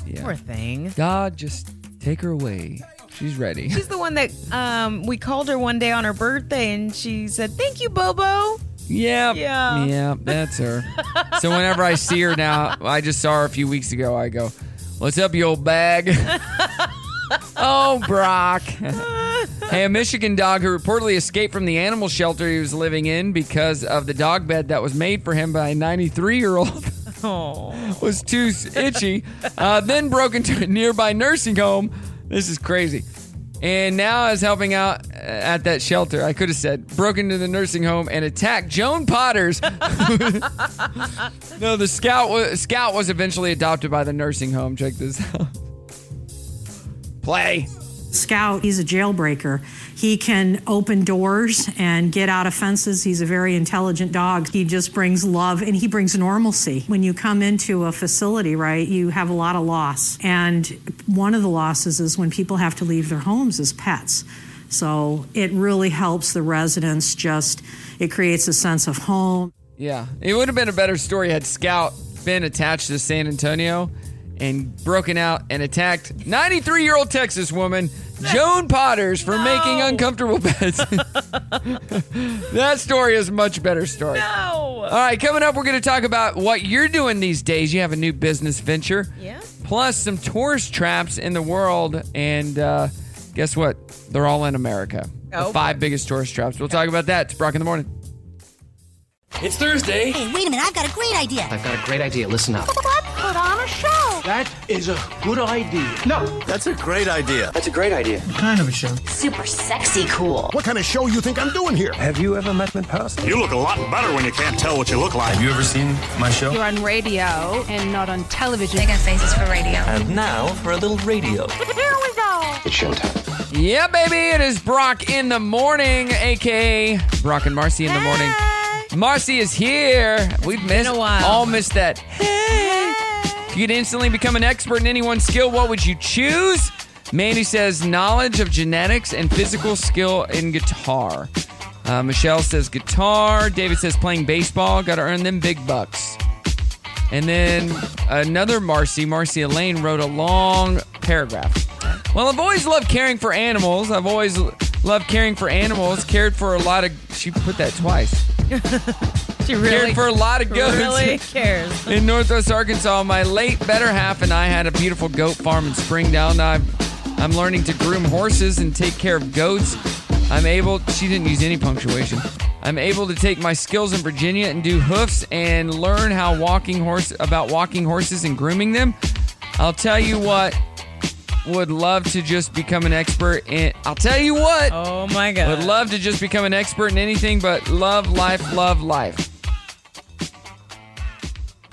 Speaker 1: yeah,
Speaker 2: Poor thing.
Speaker 1: God, just take her away. She's ready.
Speaker 2: She's the one that um, we called her one day on her birthday, and she said, "Thank you, Bobo."
Speaker 1: yeah,
Speaker 2: Yeah.
Speaker 1: yeah, that's her. so whenever I see her now, I just saw her a few weeks ago. I go, "What's up, you old bag?" oh, Brock. Hey, a Michigan dog who reportedly escaped from the animal shelter he was living in because of the dog bed that was made for him by a 93 year old
Speaker 2: Oh,
Speaker 1: was too itchy, uh, then broke into a nearby nursing home. This is crazy. And now is helping out uh, at that shelter. I could have said broke into the nursing home and attacked Joan Potters. no, the scout was, scout was eventually adopted by the nursing home. Check this out. Play.
Speaker 13: Scout, he's a jailbreaker. He can open doors and get out of fences. He's a very intelligent dog. He just brings love and he brings normalcy. When you come into a facility, right, you have a lot of loss. And one of the losses is when people have to leave their homes as pets. So it really helps the residents just, it creates a sense of home.
Speaker 1: Yeah, it would have been a better story had Scout been attached to San Antonio and broken out and attacked 93 year old Texas woman Joan Potters for making uncomfortable beds. that story is a much better story.
Speaker 2: no.
Speaker 1: All right, coming up, we're going to talk about what you're doing these days. You have a new business venture.
Speaker 2: Yeah.
Speaker 1: Plus, some tourist traps in the world. And uh, guess what? They're all in America.
Speaker 14: Oh,
Speaker 1: the five biggest tourist traps. We'll talk about that. It's Brock in the morning.
Speaker 14: It's Thursday.
Speaker 15: Hey, wait a minute. I've got a great idea.
Speaker 14: I've got a great idea. Listen up.
Speaker 15: Let's put on a show.
Speaker 14: That is a good idea. No, that's a great idea. That's a great idea.
Speaker 16: Kind of a show.
Speaker 15: Super sexy cool.
Speaker 17: What kind of show you think I'm doing here? Have you ever met me in person? You look a lot better when you can't tell what you look like. Have you ever seen my show?
Speaker 18: You're on radio and not on television. They got faces for radio.
Speaker 14: And now for a little radio.
Speaker 15: Here we go.
Speaker 14: It's showtime.
Speaker 1: Yeah, baby. It is Brock in the morning, aka Brock and Marcy in the morning. Marcy is here. We've missed all missed that. Hey. If you could instantly become an expert in any one skill, what would you choose? Mandy says knowledge of genetics and physical skill in guitar. Uh, Michelle says guitar. David says playing baseball. Got to earn them big bucks. And then another Marcy, Marcy Elaine, wrote a long paragraph. Well, I've always loved caring for animals. I've always l- loved caring for animals. Cared for a lot of. She put that twice.
Speaker 2: She really
Speaker 1: cared for a lot of goats.
Speaker 2: Really cares.
Speaker 1: in Northwest Arkansas. My late better half and I had a beautiful goat farm in Springdale. Now I'm, I'm learning to groom horses and take care of goats. I'm able, she didn't use any punctuation. I'm able to take my skills in Virginia and do hoofs and learn how walking horse about walking horses and grooming them. I'll tell you what, would love to just become an expert in I'll tell you what.
Speaker 2: Oh my god.
Speaker 1: Would love to just become an expert in anything but love life, love life.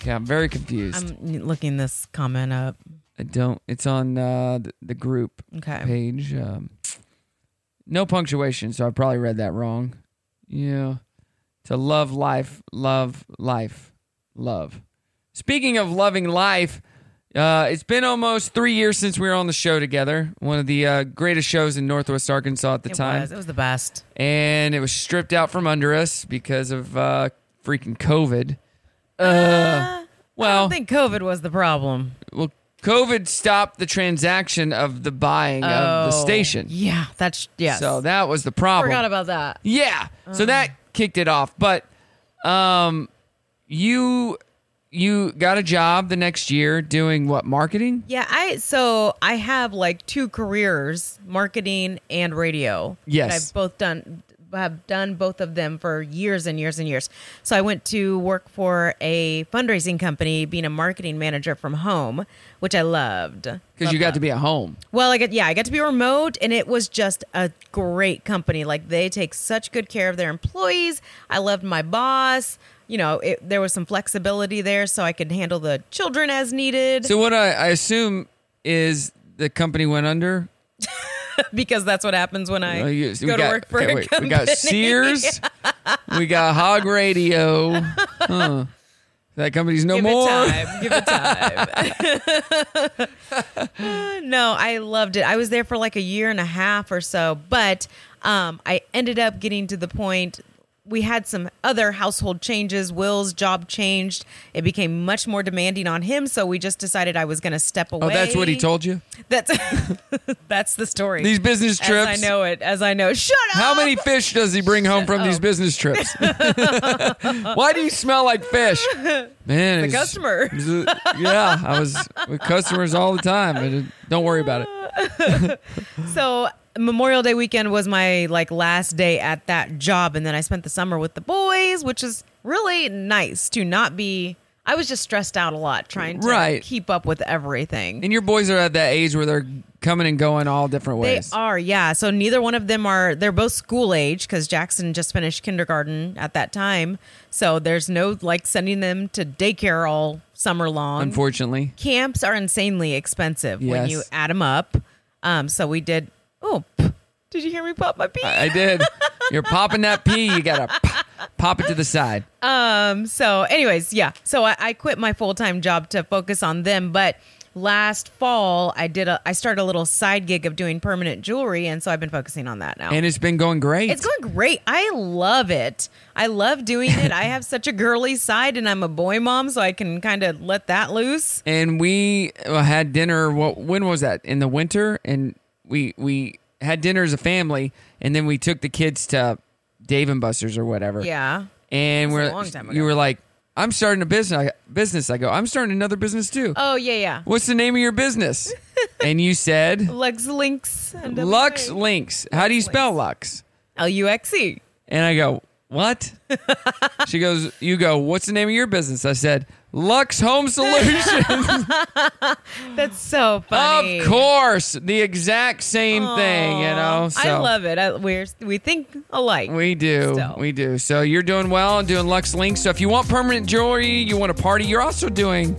Speaker 1: Yeah, I'm very confused.
Speaker 2: I'm looking this comment up.
Speaker 1: I don't. It's on uh, the, the group
Speaker 2: Okay.
Speaker 1: page. Um, no punctuation, so I probably read that wrong. Yeah. To love life, love life, love. Speaking of loving life, uh, it's been almost three years since we were on the show together. One of the uh, greatest shows in Northwest Arkansas at the
Speaker 2: It
Speaker 1: time.
Speaker 2: was. It was the best.
Speaker 1: And it was stripped out from under us because of uh, freaking COVID. Uh, well, I don't
Speaker 2: think COVID was the problem.
Speaker 1: Well, COVID stopped the transaction of the buying of the
Speaker 2: Oh,
Speaker 1: station.
Speaker 2: Yeah, that's yes.
Speaker 1: So that was the problem.
Speaker 2: Forgot about Uh. that.
Speaker 1: Yeah. So that kicked it off. But um you you got a job the next year doing what marketing?
Speaker 2: Yeah, I so I have like two careers, marketing and radio.
Speaker 1: Yes.
Speaker 2: And I've both done have done both of them for years and years and years. So I went to work for a fundraising company being a marketing manager from home, which I loved.
Speaker 1: Cuz you
Speaker 2: Uh-huh.
Speaker 1: got to be at home.
Speaker 2: Well, I got yeah, I got to be remote, and it was just a great company. Like they take such good care of their employees. I loved my boss. You know, it, there was some flexibility there, so I could handle the children as needed.
Speaker 1: So what I, I assume is the company went under.
Speaker 2: because that's what happens when I
Speaker 1: Uh, yes, we
Speaker 2: go to
Speaker 1: got-
Speaker 2: work for
Speaker 1: okay,
Speaker 2: a
Speaker 1: wait,
Speaker 2: company.
Speaker 1: We got Sears. we got Hog Radio. Huh. That company's no
Speaker 2: Give
Speaker 1: more.
Speaker 2: it time. Give it time. no, I loved it. I was there for like a year and a half or so, but um, I ended up getting to the point. We had some other household changes. Will's job changed. It became much more demanding on him, so we just decided I was going to step away.
Speaker 1: Oh, that's what he told you?
Speaker 2: That's that's the story.
Speaker 1: These business
Speaker 2: As
Speaker 1: trips.
Speaker 2: I know it. As I know. Shut up.
Speaker 1: How many fish does he bring home from
Speaker 2: Oh.
Speaker 1: these business trips? Why do you smell like fish? Man,
Speaker 2: The
Speaker 1: it's-
Speaker 2: customer.
Speaker 1: it's a- yeah, I was with customers all the time. I just- don't worry about it.
Speaker 2: so Memorial Day weekend was my like last day at that job, and then I spent the summer with the boys, which is really nice to not be. I was just stressed out a lot trying to
Speaker 1: Right.
Speaker 2: keep up with everything.
Speaker 1: And your boys are at that age where they're coming and going all different
Speaker 2: They
Speaker 1: ways.
Speaker 2: are, yeah. So neither one of them are. They're both school age because Jackson just finished kindergarten at that time. So there's no like sending them to daycare all summer long.
Speaker 1: Unfortunately,
Speaker 2: camps are insanely expensive when
Speaker 1: Yes.
Speaker 2: you add them up. Um, so we did. Oh, p- did you hear me pop my pee?
Speaker 1: I, I did. You're popping that pee. You gotta pop, pop it to the side.
Speaker 2: Um. So, anyways, yeah. So I, I quit my full time job to focus on them, but last fall I did a I started a little side gig of doing permanent jewelry, and so I've been focusing on that now.
Speaker 1: And it's been going great.
Speaker 2: It's going great. I love it. I love doing it. I have such a girly side, and I'm a boy mom, so I can kind of let that loose.
Speaker 1: and we uh, had dinner. What? When was that? In the winter, and we we had dinner as a family, and then we took the kids to Dave and Buster's or whatever.
Speaker 2: Yeah.
Speaker 1: and we're
Speaker 2: a long time
Speaker 1: you were like, "I'm starting a business." I, business. I go, "I'm starting another business too."
Speaker 2: Oh yeah, yeah.
Speaker 1: What's the name of your business? and you said
Speaker 2: Lux Links. and WA.
Speaker 1: Lux Links. How do you spell Lux?
Speaker 2: L U X E.
Speaker 1: And I go, "What?" she goes, "You go. What's the name of your business?" I said, "Lux Home Solutions."
Speaker 2: That's so funny.
Speaker 1: of course, the exact same thing. You know, so.
Speaker 2: I love it. I, we're we think alike.
Speaker 1: We do. We do. So you're doing well and doing Lux Link. So if you want permanent jewelry, you want to party, you're also doing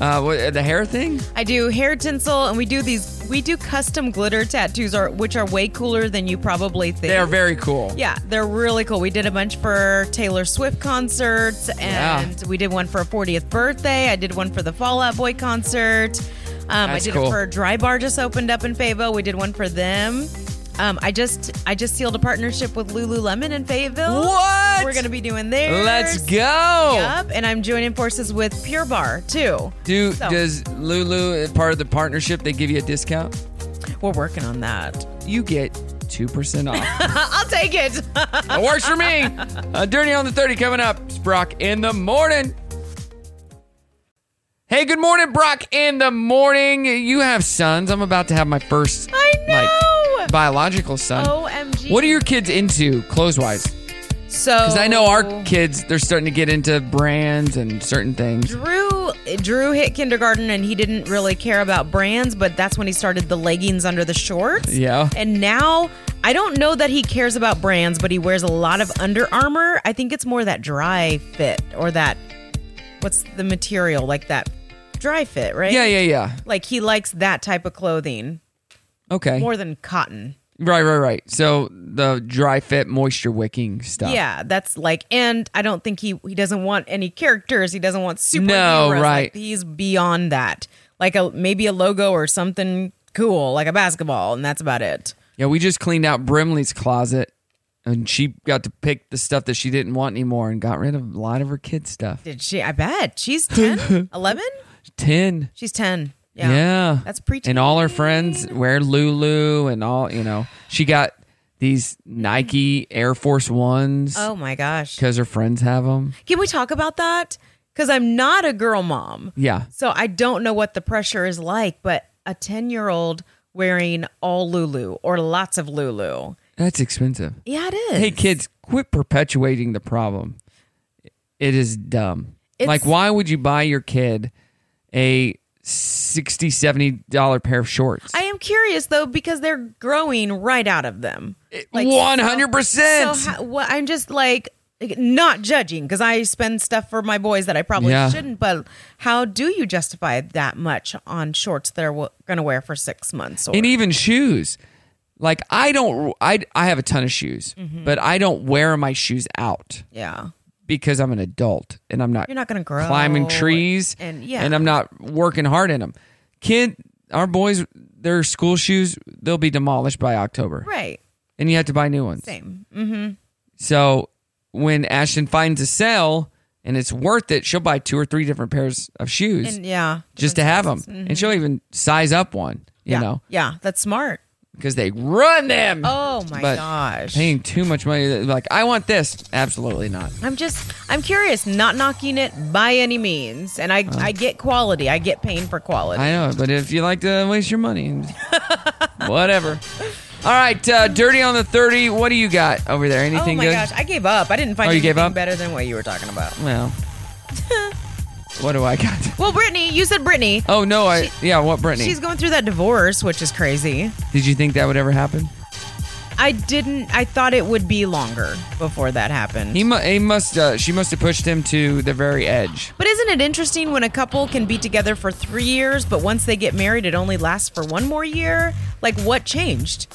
Speaker 1: uh, what, the hair thing?
Speaker 2: I do hair tinsel, and we do these. We do custom glitter tattoos, are which are way cooler than you probably think.
Speaker 1: They are very cool.
Speaker 2: Yeah, they're really cool. We did a bunch for Taylor Swift concerts, and we did one for a 40th birthday. I did one for the Fallout Boy concert. Um, I
Speaker 1: That's
Speaker 2: did
Speaker 1: cool.
Speaker 2: it for Dry Bar just opened up in Fayetteville. We did one for them. Um, I just I just sealed a partnership with Lululemon in Fayetteville.
Speaker 1: What?
Speaker 2: We're gonna be doing theirs.
Speaker 1: Let's go.
Speaker 2: Yep, and I'm joining forces with Pure Bar too.
Speaker 1: Do
Speaker 2: So-
Speaker 1: does Lulu uh, part of the partnership? They give you a discount.
Speaker 2: We're working on that.
Speaker 1: You get two percent off.
Speaker 2: I'll take it.
Speaker 1: it works for me. Uh, Dirty on the thirty coming up. It's Brock in the morning. Hey, good morning, Brock in the morning. You have sons. I'm about to have my first
Speaker 2: I
Speaker 1: know. biological son.
Speaker 2: OMG.
Speaker 1: Um, What are your kids into clothes wise?
Speaker 2: So
Speaker 1: Because I know
Speaker 2: Oh.
Speaker 1: our kids, they're starting to get into brands and certain things.
Speaker 2: Drew Drew hit kindergarten and he didn't really care about brands, but that's when he started the leggings under the shorts.
Speaker 1: Yeah.
Speaker 2: And now I don't know that he cares about brands, but he wears a lot of Under Armour. I think it's more that dry fit or that what's the material like that dry fit, right?
Speaker 1: Yeah, yeah, yeah.
Speaker 2: Like he likes that type of clothing
Speaker 1: Okay.
Speaker 2: more than cotton.
Speaker 1: Right, right, right. So the dry fit, moisture wicking stuff.
Speaker 2: Yeah, that's like, and I don't think he he doesn't want any characters. He doesn't want superheroes. Like,
Speaker 1: right.
Speaker 2: he's beyond that. Like a maybe a logo or something cool, like a basketball, and that's about it.
Speaker 1: Yeah, we just cleaned out Brimley's closet and she got to pick the stuff that she didn't want anymore and got rid of a lot of her kids' stuff.
Speaker 2: Did she? I bet she's 10, 11?
Speaker 1: 10.
Speaker 2: She's ten.
Speaker 1: Yeah.
Speaker 2: Yeah, That's pretty.
Speaker 1: And all her friends wear Lulu and all, you know, she got these Nike Air Force Ones
Speaker 2: Oh my gosh!
Speaker 1: because her friends have them.
Speaker 2: Can we talk about that? Because I'm not a girl mom.
Speaker 1: Yeah.
Speaker 2: So I don't know what the pressure is like, but a 10 year old wearing all Lulu or lots of Lulu.
Speaker 1: That's expensive.
Speaker 2: Yeah, it is.
Speaker 1: Hey, kids, quit perpetuating the problem. It is dumb.
Speaker 2: It's-
Speaker 1: like, why would you buy your kid a 60 70 dollar pair of shorts?
Speaker 2: I am curious though because they're growing right out of them. Like,
Speaker 1: 100%.
Speaker 2: So, so how- what- I'm just like not judging because I spend stuff for my boys that I probably
Speaker 1: Yeah.
Speaker 2: shouldn't. But how do you justify that much on shorts they're w- going to wear for six months? Or
Speaker 1: and even shoes. Like, I don't, I, I have a ton of shoes,
Speaker 2: Mm-hmm.
Speaker 1: but I don't wear my shoes out.
Speaker 2: Yeah.
Speaker 1: Because I'm an adult and I'm not,
Speaker 2: You're not gonna grow
Speaker 1: climbing trees
Speaker 2: and- yeah.
Speaker 1: and I'm not working hard in them. Kid, our boys, their school shoes, they'll be demolished by October.
Speaker 2: right,
Speaker 1: And you have to buy new ones.
Speaker 2: same. Mm-hmm.
Speaker 1: So when Ashton finds a sale and it's worth it, she'll buy two or three different pairs of shoes
Speaker 2: And yeah,
Speaker 1: just to have them.
Speaker 2: Mhm.
Speaker 1: And she'll even size up one, you
Speaker 2: yeah,
Speaker 1: know,
Speaker 2: yeah, that's smart.
Speaker 1: because they run them.
Speaker 2: Oh my
Speaker 1: but
Speaker 2: gosh.
Speaker 1: Paying too much money. that- Like, I want this. Absolutely not.
Speaker 2: I'm just I'm curious, not knocking it by any means. And
Speaker 1: Uh.
Speaker 2: I I get quality. I get pain for quality.
Speaker 1: I know, but if you like to waste your money, whatever. All right, uh, Dirty on the 30. What do you got over there? Anything
Speaker 2: oh my
Speaker 1: good?
Speaker 2: gosh, I gave up. I didn't find
Speaker 1: Oh, you
Speaker 2: anything
Speaker 1: gave up?
Speaker 2: better than what you were talking about.
Speaker 1: Well, what do I got?
Speaker 2: Well, Brittany, you said Brittany.
Speaker 1: Oh, no. I Yeah, what, Brittany?
Speaker 2: She's going through that divorce, which is crazy.
Speaker 1: Did you think that would ever happen?
Speaker 2: I didn't. I thought it would be longer before that happened.
Speaker 1: He, mu- he must. Uh, she must have pushed him to the very edge.
Speaker 2: But isn't it interesting when a couple can be together for three years, but once they get married, it only lasts for one more year? Like, what changed?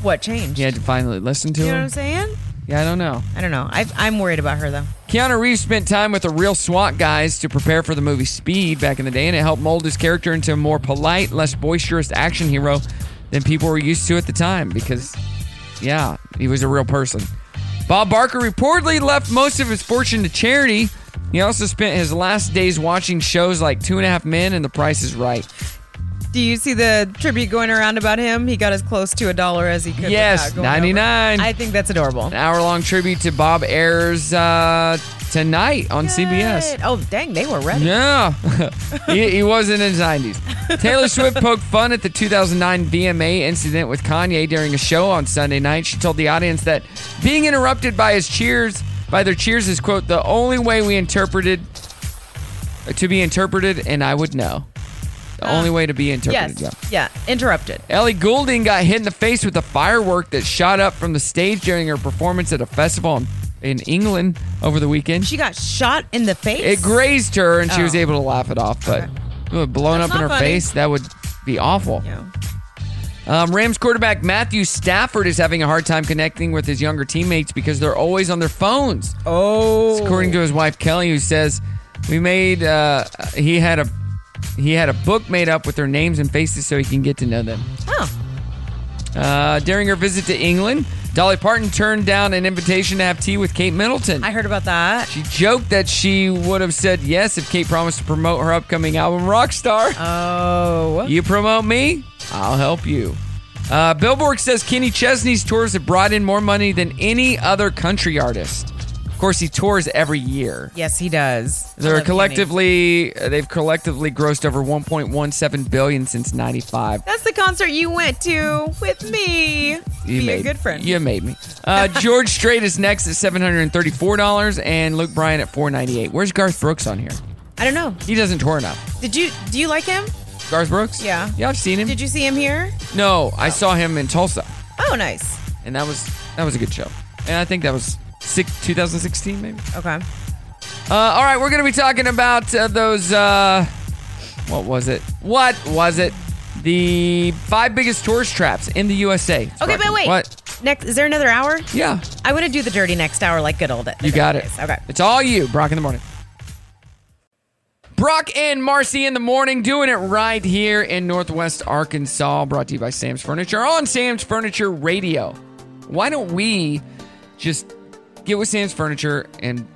Speaker 2: What changed?
Speaker 1: He had to finally listen to
Speaker 2: You know
Speaker 1: him.
Speaker 2: what I'm saying?
Speaker 1: Yeah, I don't know.
Speaker 2: I don't know. I, I'm worried about her though.
Speaker 1: Keanu Reeves spent time with the real SWAT guys to prepare for the movie Speed back in the day, and it helped mold his character into a more polite, less boisterous action hero than people were used to at the time because, yeah, he was a real person. Bob Barker reportedly left most of his fortune to charity. He also spent his last days watching shows like Two and a Half Men and The Price is Right.
Speaker 2: Do you see the tribute going around about him? He got as close to a dollar as he could.
Speaker 1: Yes,
Speaker 2: without going over.
Speaker 1: 99.
Speaker 2: I think that's adorable.
Speaker 1: An hour long tribute to Bob Ayers uh, tonight on CBS.
Speaker 2: Oh, dang, they were ready.
Speaker 1: Yeah. he, he was in his 90s. Taylor Swift poked fun at the 2009 VMA incident with Kanye during a show on Sunday night. She told the audience that being interrupted by his cheers, by their cheers is, quote, the only way we interpreted, to be interpreted, and I would know. The
Speaker 2: Uh,
Speaker 1: only way to be interpreted.
Speaker 2: Yes.
Speaker 1: yeah.
Speaker 2: Yeah. Interrupted.
Speaker 1: Ellie Goulding got hit in the face with a firework that shot up from the stage during her performance at a festival in, in England over the weekend.
Speaker 2: She got shot in the face.
Speaker 1: It grazed her, and she
Speaker 2: Oh.
Speaker 1: was able to laugh it off. But uh, blown
Speaker 2: That's
Speaker 1: up in her
Speaker 2: not funny.
Speaker 1: face, that would be awful. Um, Rams quarterback Matthew Stafford is having a hard time connecting with his younger teammates because they're always on their phones.
Speaker 2: Oh,
Speaker 1: according to his wife Kelly, who says we made uh, he had a he had a book made up with their names and faces so he can get to know them.
Speaker 2: Oh.
Speaker 1: Uh, during her visit to England, Dolly Parton turned down an invitation to have tea with Kate Middleton. I
Speaker 2: heard about that.
Speaker 1: She joked that she would have said yes if Kate promised to promote her upcoming album, Rockstar.
Speaker 2: Oh.
Speaker 1: You promote me, I'll help you. Uh, Billboard says Kenny Chesney's tours have brought in more money than any other country artist. Of course, he tours every year.
Speaker 2: Yes, he does. I
Speaker 1: They're
Speaker 2: love Kenny.
Speaker 1: collectively uh, they've collectively grossed over 1.17 billion since 95.
Speaker 2: That's the concert you went to with me.
Speaker 1: You
Speaker 2: Be
Speaker 1: made,
Speaker 2: a good friend.
Speaker 1: You made me. Uh, George Strait is next at seven hundred and thirty-four dollars, and Luke Bryan at four ninety-eight. Where's Garth Brooks on here?
Speaker 2: I don't know.
Speaker 1: He doesn't tour enough.
Speaker 2: Did you do you like him?
Speaker 1: Garth Brooks?
Speaker 2: Yeah.
Speaker 1: Yeah, I've seen him.
Speaker 2: Did you see him here?
Speaker 1: No, I saw him in Tulsa,
Speaker 2: Oh, nice.
Speaker 1: and that was that was a good show. And I think that was six, 2016, maybe.
Speaker 2: Okay.
Speaker 1: Uh, all right, we're gonna be talking about uh, those. Uh, what was it? What was it? The five biggest tourist traps in the USA.
Speaker 2: Okay, but wait.
Speaker 1: What?
Speaker 2: Next, is there another hour?
Speaker 1: Yeah.
Speaker 2: I want to do the dirty next hour like good old it.
Speaker 1: You got it. Okay. It's all you, Brock in the morning. Brock and Marcy in the morning doing it right here in Northwest Arkansas, brought to you by Sam's Furniture on Sam's Furniture Radio. Why don't we just get with Sam's Furniture and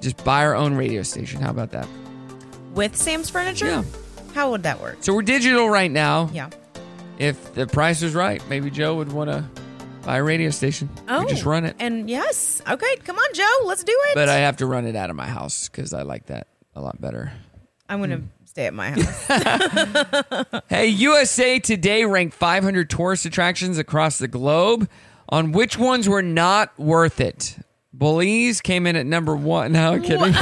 Speaker 1: just buy our own radio station? How about that?
Speaker 2: With Sam's Furniture?
Speaker 1: Yeah.
Speaker 2: How would that work?
Speaker 1: So we're digital right now.
Speaker 2: Yeah.
Speaker 1: If the price is right, maybe Joe would want to buy a radio station. We
Speaker 2: Oh.
Speaker 1: just run it.
Speaker 2: And yes. Okay. Come on, Joe. Let's do it.
Speaker 1: But I have to run it out of my house because I like that a lot better.
Speaker 2: I'm going to
Speaker 1: Mm.
Speaker 2: stay at my house.
Speaker 1: Hey, USA Today ranked 500 tourist attractions across the globe on which ones were not worth it. Belize came in at number one. No, I'm kidding.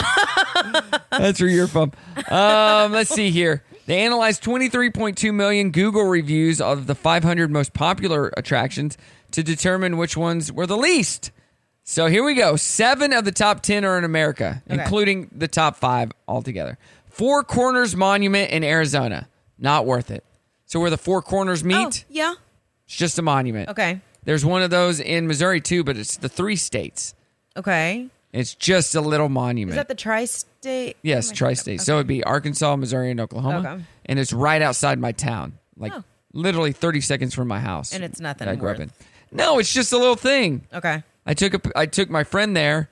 Speaker 1: That's where you're from. Um, let's see here. They analyzed 23.2 million Google reviews of the 500 most popular attractions to determine which ones were the least. So here we go. Seven of the top 10 are in America,
Speaker 2: Okay.
Speaker 1: including the top five altogether. Four Corners Monument in Arizona. Not worth it. So where the Four Corners meet,
Speaker 2: yeah.
Speaker 1: it's just a monument.
Speaker 2: Oh. Okay.
Speaker 1: There's one of those in Missouri too, but it's the three states.
Speaker 2: Okay.
Speaker 1: It's just a little monument.
Speaker 2: Is that the tri state?
Speaker 1: Yes, tri-state. So it'd be Arkansas, Missouri, and Oklahoma,
Speaker 2: Okay.
Speaker 1: and it's right outside my town, like
Speaker 2: Oh.
Speaker 1: literally 30 seconds from my house.
Speaker 2: And it's nothing
Speaker 1: that I grew up
Speaker 2: worth.
Speaker 1: in. No, it's just a little thing.
Speaker 2: Okay.
Speaker 1: I took a, I took my friend there,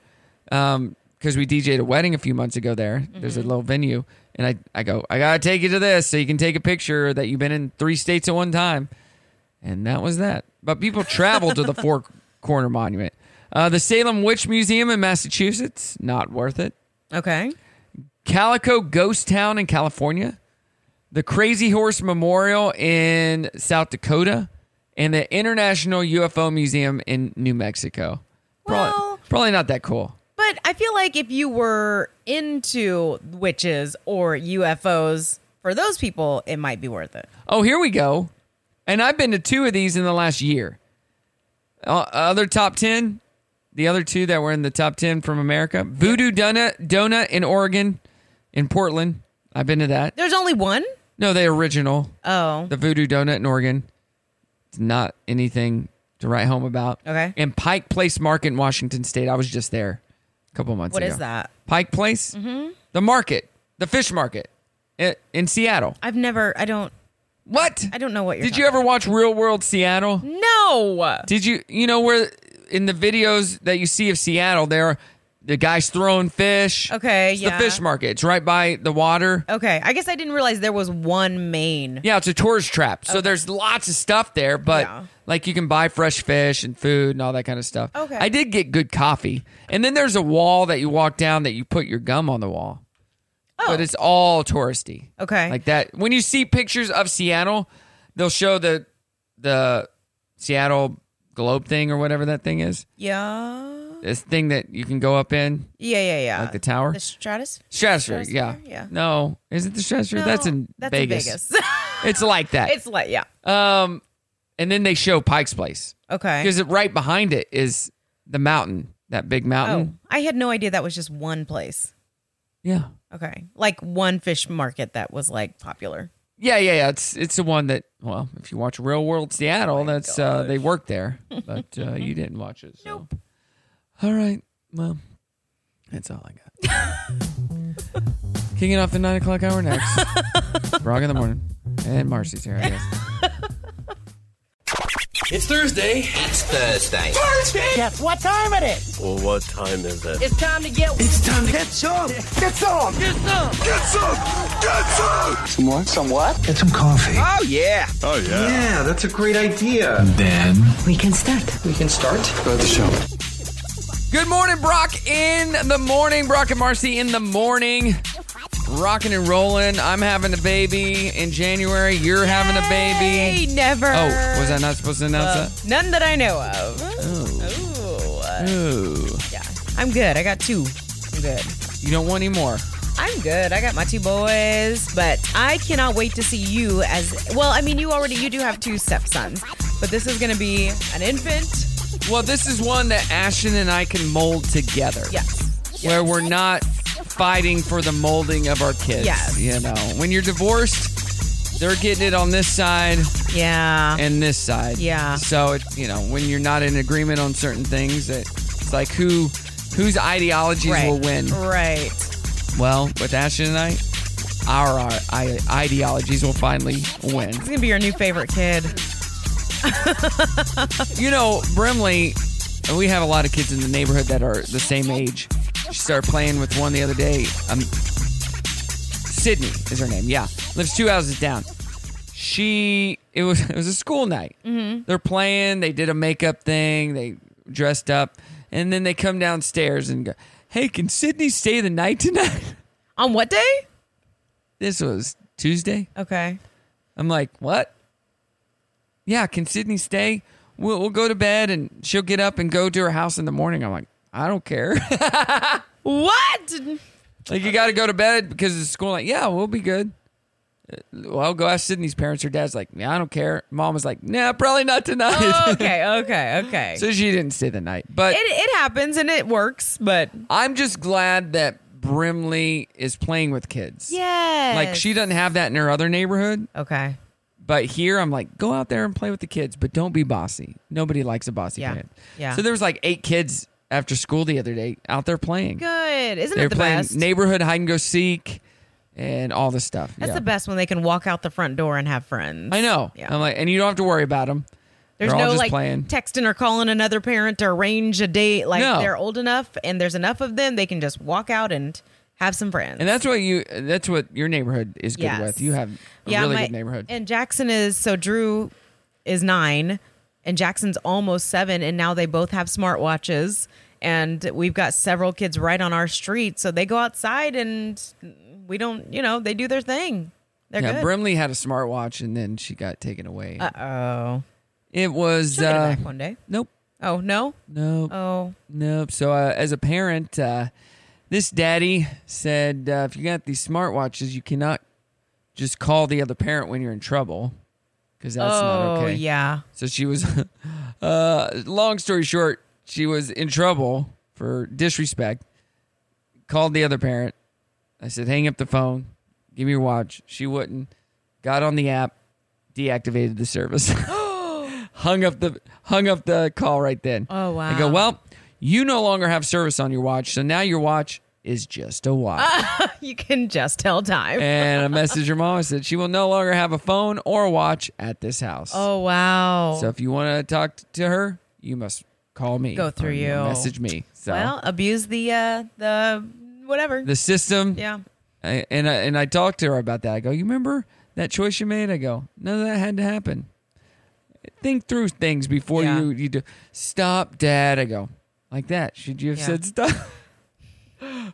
Speaker 1: um, because we DJ'd a wedding a few months ago. There, there's
Speaker 2: Mm-hmm.
Speaker 1: a little venue, and I I go, I gotta take you to this so you can take a picture that you've been in three states at one time, and that was that. But people travel to the Four Corner Monument, uh, the Salem Witch Museum in Massachusetts, not worth it.
Speaker 2: Okay.
Speaker 1: Calico Ghost Town in California, the Crazy Horse Memorial in South Dakota, and the International UFO Museum in New Mexico. Probably, probably not that cool.
Speaker 2: But I feel like if you were into witches or UFOs, for those people, it might be worth it.
Speaker 1: Oh, here we go. And I've been to two of these in the last year. Uh, other top 10, the other two that were in the top 10 from America Voodoo Donut, Donut in Oregon, in Portland. I've been to that.
Speaker 2: There's only one?
Speaker 1: No, the original.
Speaker 2: Oh.
Speaker 1: The Voodoo Donut in Oregon. It's not anything to write home about.
Speaker 2: Okay.
Speaker 1: And Pike Place Market in Washington State. I was just there a couple months
Speaker 2: What
Speaker 1: ago.
Speaker 2: is that?
Speaker 1: Pike Place?
Speaker 2: Mhm.
Speaker 1: The market, the fish market i- in Seattle.
Speaker 2: I've never, I don't.
Speaker 1: What?
Speaker 2: I don't know what you're Hmm?
Speaker 1: Did you ever watch Real World Seattle?
Speaker 2: No.
Speaker 1: Did you, you know, where in the videos that you see of Seattle, there The guy's throwing fish.
Speaker 2: Okay,
Speaker 1: It's
Speaker 2: yeah.
Speaker 1: the fish market. It's right by the water.
Speaker 2: Okay, I guess I didn't realize there was one main.
Speaker 1: Yeah, it's a tourist trap. So
Speaker 2: Okay.
Speaker 1: there's lots of stuff there, but like you can buy fresh fish and food and all that kind of stuff.
Speaker 2: Okay.
Speaker 1: I did get good coffee. And then there's a wall that you walk down that you put your gum on the wall. Oh. But it's all touristy.
Speaker 2: Okay.
Speaker 1: Like that. When you see pictures of Seattle, they'll show the the Seattle globe thing or whatever that thing is.
Speaker 2: Yeah.
Speaker 1: This thing that you can go up in.
Speaker 2: Yeah, yeah, yeah.
Speaker 1: Like the tower?
Speaker 2: Uh, The Stratus?
Speaker 1: Stratosphere, yeah.
Speaker 2: yeah.
Speaker 1: No, is it the Stratosphere?
Speaker 2: No,
Speaker 1: that's in
Speaker 2: that's in
Speaker 1: Vegas.
Speaker 2: Vegas.
Speaker 1: it's like that.
Speaker 2: It's like, yeah.
Speaker 1: Um, and then they show Pike's Place.
Speaker 2: Okay.
Speaker 1: Because right behind it is the mountain, that big
Speaker 2: Oh,
Speaker 1: mountain.
Speaker 2: I had no idea that was just one place.
Speaker 1: Yeah.
Speaker 2: Okay. Like one fish market that was like popular.
Speaker 1: Yeah, yeah, yeah. It's it's the one that well, if you watch Real World Seattle, that's uh they work there, but uh, you didn't watch it. So. Nope. All right. Well, that's all I got. Kicking off the nine o'clock hour next. Frog in the morning, and Marcy's here. I guess.
Speaker 14: It's Thursday. It's Thursday.
Speaker 16: Thursday! Guess what time it is?
Speaker 14: Well, what time is it?
Speaker 16: It's time to get. It's time to get some. Get some. Get some. Get some. Get some.
Speaker 14: Some what? Some what? Get some coffee. Oh yeah. Oh yeah. Yeah, that's a great idea. then we can start. We can start. Go the show.
Speaker 1: Good morning, Brock. In the morning, Brock and Marcy. In the morning, rocking and rolling. I'm having a baby in January. You're having a baby.
Speaker 2: Hey, never.
Speaker 1: Oh, was I not supposed to announce
Speaker 2: Uh, none that I know of.
Speaker 1: that?
Speaker 2: Oh.
Speaker 1: Ooh.
Speaker 2: Yeah. I'm good. I got two. I'm good.
Speaker 1: You don't want any more.
Speaker 2: I'm good. I got my two boys, but I cannot wait to see you as well. I mean, you already you do have two stepsons, but this is going to be an infant.
Speaker 1: Well, this is one that Ashton and I can mold together.
Speaker 2: Yes.
Speaker 1: Where we're not fighting for the molding of our kids.
Speaker 2: Yes.
Speaker 1: You know, when you're divorced, they're getting it on this side.
Speaker 2: Yeah.
Speaker 1: And this side.
Speaker 2: Yeah.
Speaker 1: So it, you know, when you're not in agreement on certain things, it, it's like who whose ideologies
Speaker 2: right.
Speaker 1: will win.
Speaker 2: Right.
Speaker 1: Well, with Ashton and I, our, our i- ideologies will finally win.
Speaker 2: It's going to be your new favorite kid.
Speaker 1: you know, Brimley, we have a lot of kids in the neighborhood that are the same age. She started playing with one the other day. Um, Sydney is her name. Yeah, lives two houses down. She it was it was a school night.
Speaker 2: Mhm.
Speaker 1: They're playing. They did a makeup thing. They dressed up, and then they come downstairs and go, "Hey, can Sydney stay the night tonight?"
Speaker 2: On what day?
Speaker 1: This was Tuesday.
Speaker 2: Okay.
Speaker 1: I'm like, what? Yeah, can Sydney stay? We'll, we'll go to bed and she'll get up and go to her house in the morning. I'm like, I don't care.
Speaker 2: what?
Speaker 1: like, you got to go to bed because it's school. Like, yeah, we'll be good. Uh, Well, I'll go ask Sydney's parents. Her dad's like, yeah, I don't care. Mom was like, nah, probably not tonight.
Speaker 2: okay, okay, okay.
Speaker 1: so she didn't stay the night. But
Speaker 2: Oh. it, it happens and it works, but
Speaker 1: I'm just glad that Brimley is playing with kids.
Speaker 2: Yes.
Speaker 1: Like she doesn't have that in her other neighborhood.
Speaker 2: Okay.
Speaker 1: But here I'm like, go out there and play with the kids, but don't be bossy. Nobody likes a bossy
Speaker 2: Yeah.
Speaker 1: kid.
Speaker 2: Yeah.
Speaker 1: So there was like eight kids after school the other day out there playing.
Speaker 2: good. Isn't
Speaker 1: They're
Speaker 2: it the
Speaker 1: playing
Speaker 2: best?
Speaker 1: neighborhood hide and go seek and all this stuff.
Speaker 2: That's
Speaker 1: Yeah.
Speaker 2: the best when they can walk out the front door and have friends.
Speaker 1: I know.
Speaker 2: Yeah.
Speaker 1: I'm like, and you don't have to worry about them.
Speaker 2: There's
Speaker 1: They're all
Speaker 2: no
Speaker 1: just
Speaker 2: like
Speaker 1: playing.
Speaker 2: texting or calling another parent to arrange a date. Like
Speaker 1: No.
Speaker 2: they're old enough and there's enough of them, they can just walk out and have some friends.
Speaker 1: And that's what you. That's what your neighborhood is good
Speaker 2: Yes.
Speaker 1: with. You have a really
Speaker 2: my-
Speaker 1: good neighborhood.
Speaker 2: And Jackson is so Drew is nine, and Jackson's almost seven, and now they both have smartwatches, and we've got several kids right on our street, so they go outside and we don't, you know, they do their thing. They're
Speaker 1: yeah,
Speaker 2: good.
Speaker 1: Brimley had a smartwatch and then she got taken away.
Speaker 2: uh oh,
Speaker 1: It was
Speaker 2: she'll get it
Speaker 1: uh,
Speaker 2: back one day.
Speaker 1: Nope.
Speaker 2: Oh no.
Speaker 1: Nope.
Speaker 2: Oh.
Speaker 1: Nope. So uh, as a parent, uh, this daddy said, uh, if you got these smartwatches, you cannot just call the other parent when you're in trouble because that's not
Speaker 2: Oh,
Speaker 1: okay.
Speaker 2: yeah.
Speaker 1: So she was. uh, long story short, she was in trouble for disrespect. Called the other parent. I said, hang up the phone. Give me your watch. She wouldn't. Got on the app. Deactivated the service. hung up the hung up the call right then.
Speaker 2: Oh,
Speaker 1: I go,
Speaker 2: wow.
Speaker 1: well, you no longer have service on your watch, so now your watch is just a watch.
Speaker 2: you can just tell time.
Speaker 1: and I messaged her mom. I said she will no longer have a phone or a watch at this house.
Speaker 2: oh wow.
Speaker 1: So if you want to talk to her, you must Call me.
Speaker 2: Go through
Speaker 1: or
Speaker 2: you.
Speaker 1: Message me. So
Speaker 2: Well, abuse the uh the whatever.
Speaker 1: the system.
Speaker 2: Yeah.
Speaker 1: I, and I, and I talked to her about that. I go, you remember that choice you made? I go, none of that had to happen. Think through things before
Speaker 2: Yeah.
Speaker 1: you you do. Stop, Dad. I go like that. Should you have
Speaker 2: Yeah.
Speaker 1: said stop?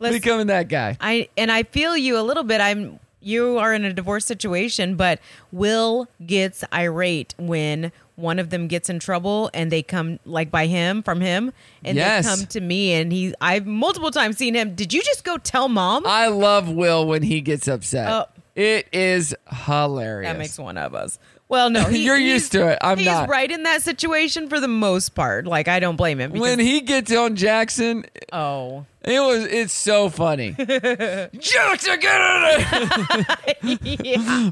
Speaker 2: Listen-
Speaker 1: Becoming that guy.
Speaker 2: I and I feel you a little bit. I'm you are in a divorce situation, but Will gets irate when one of them gets in trouble and they come like by him from him and
Speaker 1: Yes.
Speaker 2: they come to me and he I've multiple times seen him. Did you just go tell mom?
Speaker 1: I love Will when he gets upset.
Speaker 2: Oh.
Speaker 1: It is hilarious.
Speaker 2: That makes one of us. Well, no, he-
Speaker 1: you're
Speaker 2: he's-
Speaker 1: used to it. I'm
Speaker 2: he's
Speaker 1: not.
Speaker 2: right in that situation for the most part. Like I don't blame him.
Speaker 1: When he gets on Jackson,
Speaker 2: oh,
Speaker 1: it was it's so funny. Jokes are good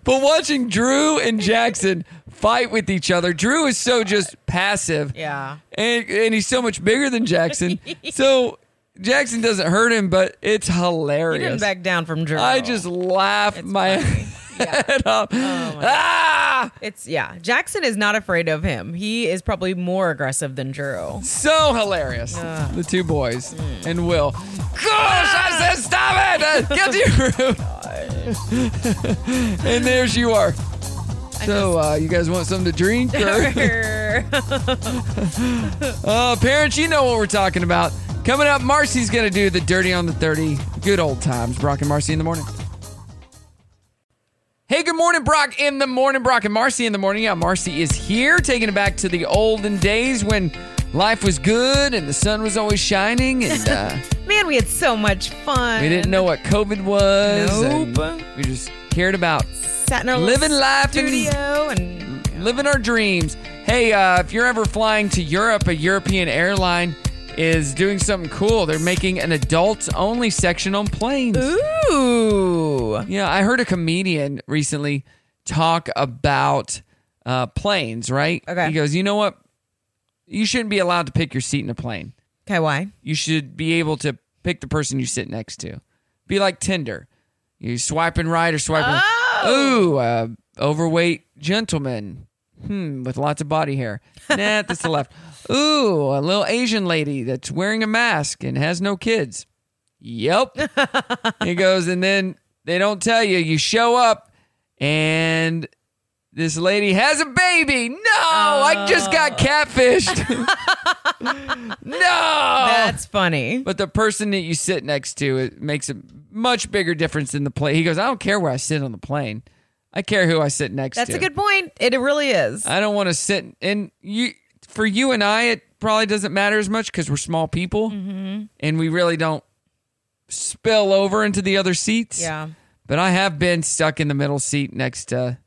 Speaker 1: But watching Drew and Jackson fight with each other, Drew is so just passive.
Speaker 2: Yeah.
Speaker 1: And, and he's so much bigger than Jackson. so Jackson doesn't hurt him, but it's hilarious.
Speaker 2: didn't back down from Drew.
Speaker 1: I just laugh my head off.
Speaker 2: Oh
Speaker 1: ah!
Speaker 2: It's yeah. Jackson is not afraid of him. He is probably more aggressive than Juro.
Speaker 1: So hilarious. The two boys and Will. Gosh, I said stop it! Uh, Get to your room. and there's you are. So uh, you guys want something to drink? Or? uh, parents, you know what we're talking about. Coming up, Marcy's gonna do the dirty on the thirty. Good old times. Brock and Marcy in the morning. Hey, good morning, Brock in the morning. Brock and Marcy in the morning. Yeah, Marcy is here, taking it back to the olden days when life was good and the sun was always shining, and uh,
Speaker 2: Man, we had so much fun.
Speaker 1: we didn't know what COVID was. and
Speaker 2: Nope.
Speaker 1: We just cared about
Speaker 2: Sat in our little
Speaker 1: living life and-
Speaker 2: studio and
Speaker 1: living our dreams. Hey, uh, if you're ever flying to Europe, a European airline is doing something cool. They're making an adults only section on planes.
Speaker 2: Ooh.
Speaker 1: Yeah, I heard a comedian recently talk about uh, planes, right? Okay. He goes, you know what? You shouldn't be allowed to pick your seat in a plane.
Speaker 2: Okay, why?
Speaker 1: You should be able to pick the person you sit next to. Be like Tinder. You swiping right or swiping Ooh, uh, overweight gentleman. Hmm, with lots of body hair. Nah, that's the left. Ooh, a little Asian lady that's wearing a mask and has no kids. Yep. he goes, and then they don't tell you. You show up, and this lady has a baby. No, I just got catfished. no. That's
Speaker 2: funny.
Speaker 1: But the person that you sit next to, it makes a much bigger difference in the plane. He goes, I don't care where I sit on the plane. I care who I sit next
Speaker 2: That's
Speaker 1: to.
Speaker 2: a good point. It really is.
Speaker 1: I don't want to sit and you for you and I it probably doesn't matter as much because we're small people
Speaker 2: Mm-hmm.
Speaker 1: and we really don't spill over into the other seats.
Speaker 2: Yeah.
Speaker 1: But I have been stuck in the middle seat next to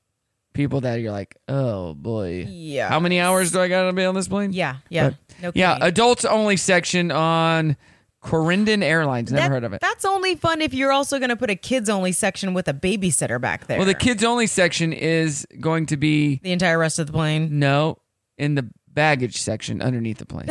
Speaker 1: people that you're like, oh boy.
Speaker 2: Yeah.
Speaker 1: How many hours do I gotta be on this plane?
Speaker 2: Yeah. Yeah. No
Speaker 1: Uh, yeah.
Speaker 2: kidding.
Speaker 1: Adults only section on Corindon Airlines. Never
Speaker 2: That-
Speaker 1: heard of it.
Speaker 2: That's only fun if you're also going to put a kids only section with a babysitter back there.
Speaker 1: Well, the kids only section is going to be
Speaker 2: the entire rest of the plane.
Speaker 1: No, in the baggage section underneath the plane.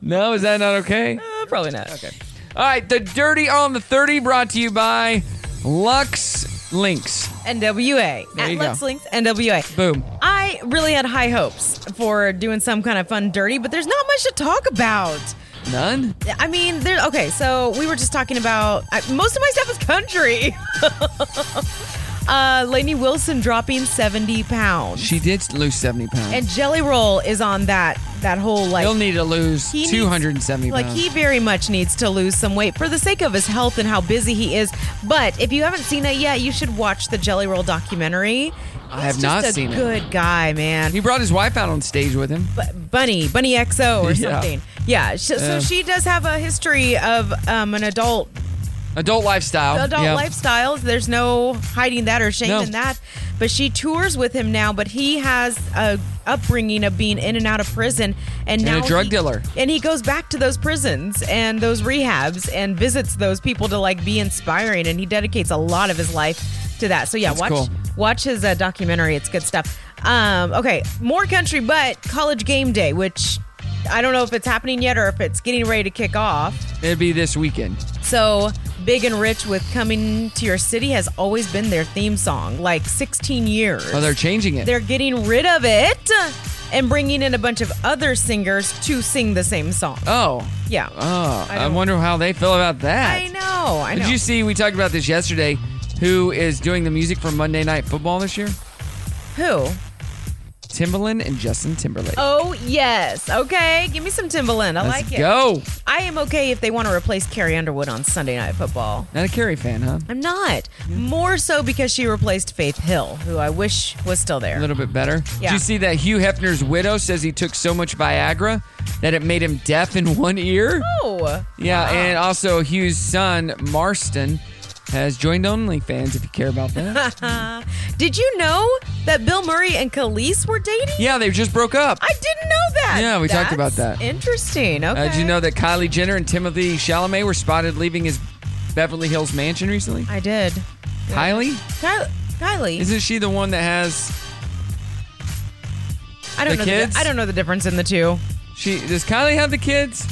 Speaker 1: no, is that not okay?
Speaker 2: Uh, probably not. Okay.
Speaker 1: All right, the dirty on the thirty brought to you by Lux Links.
Speaker 2: NWA
Speaker 1: There
Speaker 2: at
Speaker 1: you go.
Speaker 2: LexLinks NWA.
Speaker 1: Boom.
Speaker 2: I really had high hopes for doing some kind of fun dirty, but there's not much to talk about.
Speaker 1: None.
Speaker 2: I mean, there. Okay, so we were just talking about I, most of my stuff is country. uh, Lainey Wilson dropping 70 pounds,
Speaker 1: She did lose seventy pounds.
Speaker 2: and Jelly Roll is on that that whole like
Speaker 1: He'll need to lose
Speaker 2: he needs-
Speaker 1: two hundred and seventy
Speaker 2: Like
Speaker 1: pounds.
Speaker 2: he very much needs to lose some weight for the sake of his health and how busy he is. But if you haven't seen it yet, you should watch the Jelly Roll documentary.
Speaker 1: I have not
Speaker 2: just a
Speaker 1: seen it.
Speaker 2: Good guy, man.
Speaker 1: he brought his wife out on stage with him.
Speaker 2: Bunny, Bunny XO or
Speaker 1: Yeah.
Speaker 2: something. Yeah. sh- so
Speaker 1: Yeah.
Speaker 2: she does have a history of um, an adult
Speaker 1: Adult lifestyle.
Speaker 2: adult
Speaker 1: Yeah.
Speaker 2: lifestyles. There's no hiding that or shame
Speaker 1: No.
Speaker 2: in that. But she tours with him now. But he has a upbringing of being in and out of prison, and,
Speaker 1: And a
Speaker 2: now
Speaker 1: drug
Speaker 2: he-
Speaker 1: dealer.
Speaker 2: And he goes back to those prisons and those rehabs and visits those people to like be inspiring. And he dedicates a lot of his life to that. So yeah,
Speaker 1: That's
Speaker 2: watch
Speaker 1: cool.
Speaker 2: watch his uh, documentary. It's good stuff. Um, okay, more country, but college game day, which. I don't know if it's happening yet or if it's getting ready to kick off.
Speaker 1: It'd be this weekend.
Speaker 2: So, Big and Rich with Coming to Your City has always been their theme song, like 16 years.
Speaker 1: Oh, they're Oh, changing it.
Speaker 2: They're getting rid of it and bringing in a bunch of other singers to sing the same song.
Speaker 1: Oh.
Speaker 2: Yeah.
Speaker 1: Oh,
Speaker 2: I
Speaker 1: I,
Speaker 2: don't-
Speaker 1: wonder how they feel about that.
Speaker 2: I know. I know.
Speaker 1: Did you see? We talked about this yesterday. Who is doing the music for Monday Night Football this year?
Speaker 2: Who?
Speaker 1: Timbaland and Justin Timberlake.
Speaker 2: Oh yes. Okay. Give me some Timbaland. I
Speaker 1: Let's
Speaker 2: like it.
Speaker 1: go.
Speaker 2: I am okay if they want to replace Carrie Underwood on Sunday Night Football.
Speaker 1: Not a Carrie fan, huh?
Speaker 2: I'm not. More so because she replaced Faith Hill, who I wish was still there.
Speaker 1: A little bit better.
Speaker 2: Yeah.
Speaker 1: Did you see that Hugh Hefner's widow says he took so much Viagra that it made him deaf in one ear?
Speaker 2: Oh.
Speaker 1: Yeah, and also Hugh's son, Marston, has joined OnlyFans if you care about that.
Speaker 2: Did you know that Bill Murray and Khalees were dating?
Speaker 1: yeah, they just broke up.
Speaker 2: I didn't know that.
Speaker 1: Yeah, we talked
Speaker 2: That's
Speaker 1: about that.
Speaker 2: Interesting.
Speaker 1: Uh,
Speaker 2: Okay.
Speaker 1: did you know that Kylie Jenner and Timothy Chalamet were spotted leaving his Beverly Hills mansion recently?
Speaker 2: I did.
Speaker 1: Kylie?
Speaker 2: Kylie. Kylie.
Speaker 1: Isn't she the one that has
Speaker 2: I don't
Speaker 1: the
Speaker 2: know.
Speaker 1: kids?
Speaker 2: The, I don't know the difference in the two.
Speaker 1: She does Kylie have the kids?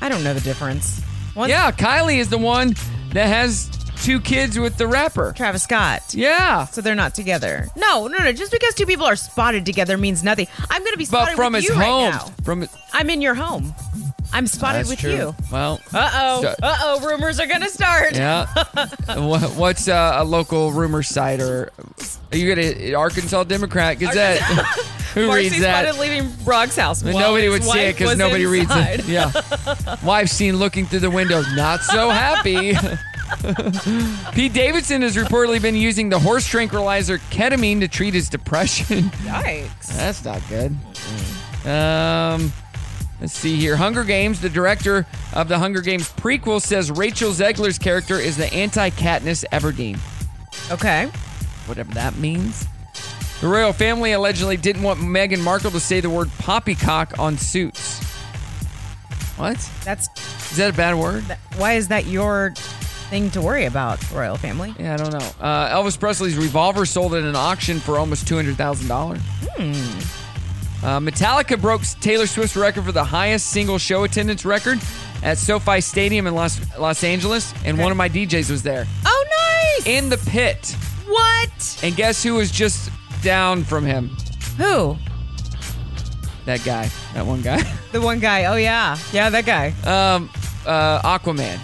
Speaker 2: I don't know the difference.
Speaker 1: yeah, Kylie is the one that has two kids with the rapper
Speaker 2: Travis Scott.
Speaker 1: Yeah.
Speaker 2: So they're not together. No, no, no. Just because two people are spotted together means nothing. I'm going to be spotted
Speaker 1: But from
Speaker 2: with
Speaker 1: his
Speaker 2: you
Speaker 1: home,
Speaker 2: right now.
Speaker 1: from
Speaker 2: I'm in your home. I'm spotted
Speaker 1: That's
Speaker 2: with
Speaker 1: true.
Speaker 2: you.
Speaker 1: Well,
Speaker 2: Uh oh.
Speaker 1: so-
Speaker 2: Uh oh. Rumors are going to start.
Speaker 1: yeah. What- What's uh, a local rumor site or are you gonna Arkansas Democrat Gazette? Who
Speaker 2: Marcy
Speaker 1: reads that?
Speaker 2: spotted leaving Brock's house.
Speaker 1: But
Speaker 2: while
Speaker 1: nobody
Speaker 2: his
Speaker 1: would see
Speaker 2: wife
Speaker 1: it because
Speaker 2: was
Speaker 1: nobody
Speaker 2: inside.
Speaker 1: reads it. Yeah. Wife seen looking through the window, not so happy. Pete Davidson has reportedly been using the horse tranquilizer ketamine to treat his depression.
Speaker 2: Yikes.
Speaker 1: That's not good. Um, let's see here. Hunger Games, the director of the Hunger Games prequel says Rachel Zegler's character is the anti Katniss Everdeen.
Speaker 2: Okay.
Speaker 1: Whatever that means. The royal family allegedly didn't want Meghan Markle to say the word poppycock on suits. What?
Speaker 2: That's
Speaker 1: Is that a bad word?
Speaker 2: why is that your thing to worry about, royal family?
Speaker 1: Yeah, I don't know. Uh, Elvis Presley's revolver sold at an auction for almost two hundred thousand dollars. Uh, Metallica broke Taylor Swift's record for the highest single show attendance record at SoFi Stadium in Los Los Angeles, and one of my DJs was there
Speaker 2: Oh nice.
Speaker 1: in the pit.
Speaker 2: What?
Speaker 1: And guess who was just down from him?
Speaker 2: Who?
Speaker 1: That guy. That one guy.
Speaker 2: The one guy. Oh yeah. Yeah, that guy.
Speaker 1: Um, uh, Aquaman.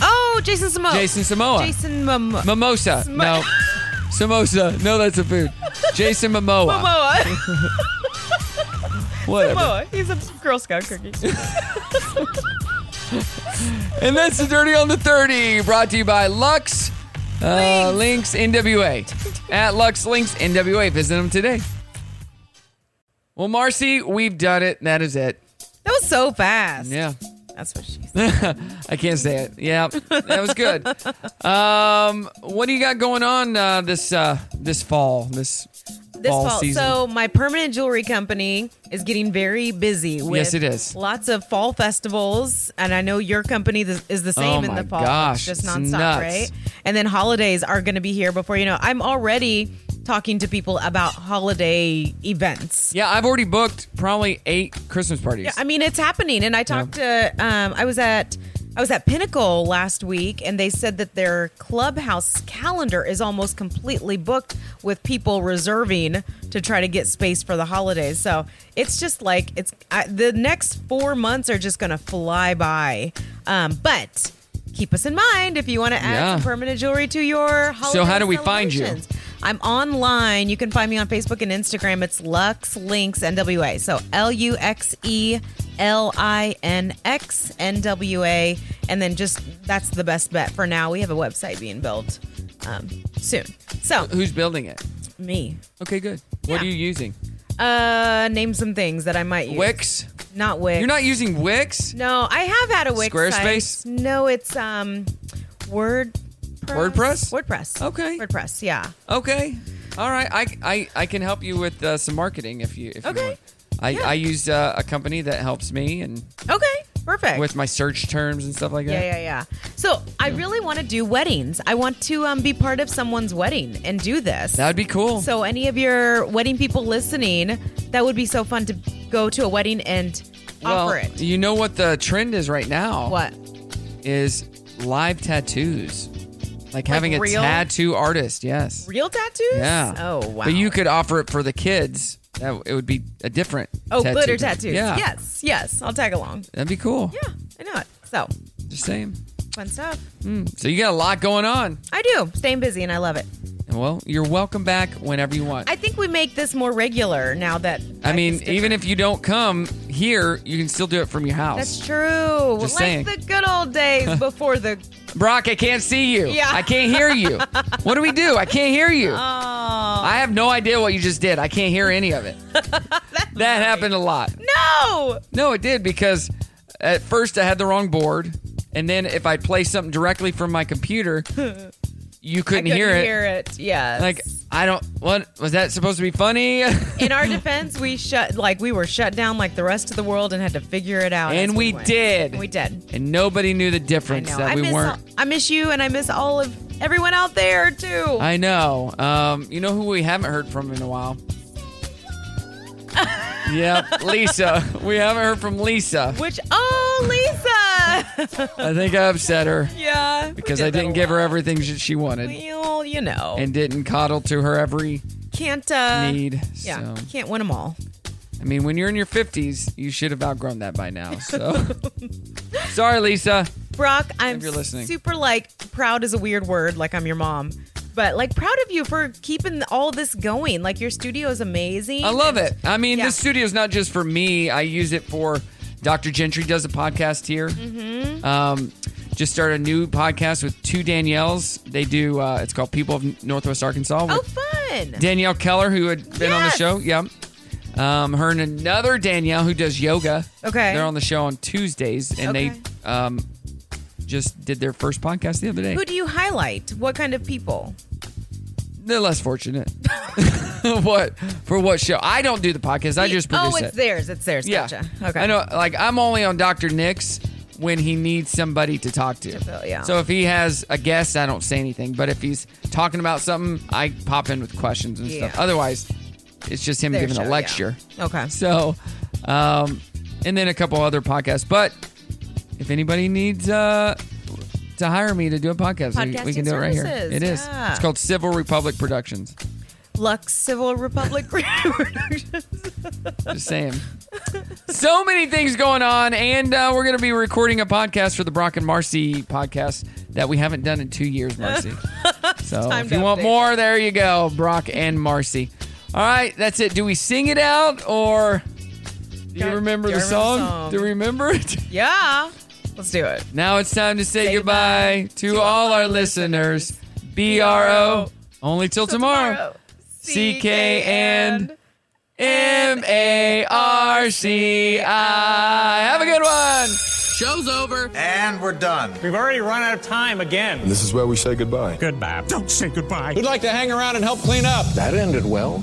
Speaker 2: Oh, Jason Samoa.
Speaker 1: Jason Samoa.
Speaker 2: Jason Mom-
Speaker 1: Mimosa. no. Samosa. No, that's a food. Jason Momoa.
Speaker 2: Momoa.
Speaker 1: Whatever.
Speaker 2: Samoa. He's a Girl Scout cookie.
Speaker 1: And that's the Dirty on the 30, brought to you by Lux uh, Links NWA. At Lux Links NWA. Visit them today. Well, Marcy, we've done it. That is it.
Speaker 2: that was so fast.
Speaker 1: Yeah.
Speaker 2: That's what she said.
Speaker 1: I can't say it. Yeah, that was good. Um, what do you got going on uh, this uh, this fall? This
Speaker 2: This
Speaker 1: fall,
Speaker 2: fall,
Speaker 1: season.
Speaker 2: so my permanent jewelry company is getting very busy. With
Speaker 1: Yes, it is.
Speaker 2: Lots of fall festivals, and I know your company th- is the same
Speaker 1: Oh
Speaker 2: in
Speaker 1: my
Speaker 2: the fall.
Speaker 1: gosh,
Speaker 2: it's just
Speaker 1: it's
Speaker 2: nonstop,
Speaker 1: nuts.
Speaker 2: right? And then holidays are going to be here before you know. it. I'm already talking to people about holiday events.
Speaker 1: yeah, I've already booked probably eight Christmas parties.
Speaker 2: Yeah, I mean it's happening, and I talked to. Um, I was at. I was at Pinnacle last week, and they said that their clubhouse calendar is almost completely booked with people reserving to try to get space for the holidays. So it's just like it's I, the next four months are just going to fly by. Um, but keep us in mind if you want to add
Speaker 1: Yeah.
Speaker 2: some permanent jewelry to your holiday.
Speaker 1: So how do we find you?
Speaker 2: celebrations. I'm online. You can find me on Facebook and Instagram. It's Lux Links NWA. So L U X E L I N X N W A. And then just that's the best bet for now. We have a website being built um, soon. So
Speaker 1: Who's building it?
Speaker 2: me.
Speaker 1: Okay, good.
Speaker 2: Yeah.
Speaker 1: What are you using?
Speaker 2: Uh, name some things that I might use.
Speaker 1: Wix?
Speaker 2: Not Wix.
Speaker 1: You're not using Wix?
Speaker 2: No, I have had a Wix.
Speaker 1: Squarespace?
Speaker 2: site. No, it's um, Word.
Speaker 1: WordPress?
Speaker 2: WordPress.
Speaker 1: Okay.
Speaker 2: WordPress. Yeah.
Speaker 1: Okay. All right. I, I, I can help you with uh, some marketing if you if you want. I,
Speaker 2: Yeah.
Speaker 1: I use uh, a company that helps me and
Speaker 2: Okay. Perfect.
Speaker 1: with my search terms and stuff like that.
Speaker 2: Yeah, yeah, yeah. So I really want to do weddings. I want to um, be part of someone's wedding and do this.
Speaker 1: That would be cool.
Speaker 2: So any of your wedding people listening, that would be so fun to go to a wedding and
Speaker 1: well,
Speaker 2: offer it.
Speaker 1: you know what the trend is right now?
Speaker 2: What?
Speaker 1: Is live tattoos. Like, having a
Speaker 2: real?
Speaker 1: tattoo artist, yes.
Speaker 2: Real tattoos?
Speaker 1: Yeah.
Speaker 2: Oh wow.
Speaker 1: But you could offer it for the kids That, it would be a different.
Speaker 2: Oh,
Speaker 1: tattoo.
Speaker 2: glitter tattoos.
Speaker 1: Yeah.
Speaker 2: Yes, yes. I'll tag along.
Speaker 1: That'd be cool.
Speaker 2: Yeah, I know it. So,
Speaker 1: Just saying. Hmm.
Speaker 2: fun stuff.
Speaker 1: So you got a lot going on.
Speaker 2: I do. Staying busy, and I love it.
Speaker 1: And, Well, you're welcome back whenever you want.
Speaker 2: I think we make this more regular now that
Speaker 1: I mean, even if you don't come here, you can still do it from your house.
Speaker 2: that's true.
Speaker 1: Just
Speaker 2: like
Speaker 1: saying.
Speaker 2: the good old days before the.
Speaker 1: Brock, I can't see you.
Speaker 2: Yeah.
Speaker 1: I can't hear you. what do we do? I can't hear you.
Speaker 2: Oh.
Speaker 1: I have no idea what you just did. I can't hear any of it. that happened a lot.
Speaker 2: No.
Speaker 1: No, it did because at first I had the wrong board, and then if I play something directly from my computer, you couldn't,
Speaker 2: I
Speaker 1: hear it.
Speaker 2: Hear it. Yes.
Speaker 1: Like I don't. What was that supposed to be funny?
Speaker 2: in our defense, we shut like we were shut down like the rest of the world and had to figure it out.
Speaker 1: And
Speaker 2: as
Speaker 1: we
Speaker 2: went.
Speaker 1: did.
Speaker 2: We did.
Speaker 1: and nobody knew the difference that
Speaker 2: I
Speaker 1: we
Speaker 2: miss
Speaker 1: weren't.
Speaker 2: all- I miss you and I miss all of everyone out there too.
Speaker 1: I know. Um, you know who we haven't heard from in a while? yep, Lisa. We haven't heard from Lisa.
Speaker 2: Which oh Lisa.
Speaker 1: I think I upset her
Speaker 2: yeah. we
Speaker 1: because
Speaker 2: did
Speaker 1: I didn't
Speaker 2: that
Speaker 1: give her everything she she
Speaker 2: a
Speaker 1: wanted
Speaker 2: lot. Well, you know.
Speaker 1: and didn't coddle to her every
Speaker 2: can't uh
Speaker 1: need.
Speaker 2: Yeah.
Speaker 1: so.
Speaker 2: Can't win them all.
Speaker 1: I mean, when you're in your 50s, you should have outgrown that by now. So sorry, Lisa.
Speaker 2: Brock, I'm
Speaker 1: If you're listening.
Speaker 2: super like proud is a weird word, like I'm your mom. But like proud of you for keeping all this going. Like your studio is amazing.
Speaker 1: I love
Speaker 2: And-
Speaker 1: it. I mean,
Speaker 2: Yeah.
Speaker 1: this studio is not just for me. I use it for Dr. Gentry does a podcast here.
Speaker 2: Mhm.
Speaker 1: Um, just started a new podcast with two Danielles. They do. Uh, it's called People of Northwest Arkansas.
Speaker 2: Oh,
Speaker 1: with
Speaker 2: fun.
Speaker 1: Danielle Keller, who had been on the show. Yeah. Um, her and another Danielle who does yoga.
Speaker 2: Okay.
Speaker 1: They're on the show on Tuesdays, and
Speaker 2: Okay.
Speaker 1: they um, just did their first podcast the other day.
Speaker 2: Who do you highlight? What kind of people?
Speaker 1: They're less fortunate. what for? What show? I don't do the podcast. I just produce
Speaker 2: oh, it's
Speaker 1: it.
Speaker 2: theirs. It's theirs.
Speaker 1: Yeah.
Speaker 2: Gotcha. Okay.
Speaker 1: I know. Like I'm only on Doctor Nick's when he needs somebody to talk to.
Speaker 2: fill, yeah.
Speaker 1: So if he has a guest, I don't say anything. But if he's talking about something, I pop in with questions and stuff.
Speaker 2: Yeah.
Speaker 1: Otherwise, it's just him
Speaker 2: Their
Speaker 1: giving
Speaker 2: show,
Speaker 1: a
Speaker 2: yeah.
Speaker 1: lecture.
Speaker 2: Okay.
Speaker 1: So, um, and then a couple other podcasts. But if anybody needs uh, to hire me to do a podcast, we, we can
Speaker 2: Podcasting
Speaker 1: do it right here.
Speaker 2: services,
Speaker 1: It is.
Speaker 2: yeah.
Speaker 1: It's called Civil Republic Productions.
Speaker 2: Lux Civil Republic Productions.
Speaker 1: Just saying. so many things going on, and uh, we're going to be recording a podcast for the Brock and Marcy podcast that we haven't done in two years, Marcy. so
Speaker 2: time
Speaker 1: if you
Speaker 2: to
Speaker 1: want
Speaker 2: update.
Speaker 1: more, there you go, Brock and Marcy. All right, that's it. Do we sing it out, or do you
Speaker 2: Gotta-
Speaker 1: remember, the,
Speaker 2: gotta remember the
Speaker 1: song?
Speaker 2: song.
Speaker 1: Do you remember it?
Speaker 2: yeah. Let's do it.
Speaker 1: Now it's time to say, goodbye, to all our listeners. B R O. Only till tomorrow. C K and M A R C I. Have a good one. Show's over.
Speaker 19: And we're done. We've already run out of time again.
Speaker 10: And this is where we say goodbye. Goodbye.
Speaker 19: Don't say goodbye. We'd like to hang around and help clean up.
Speaker 10: That ended well.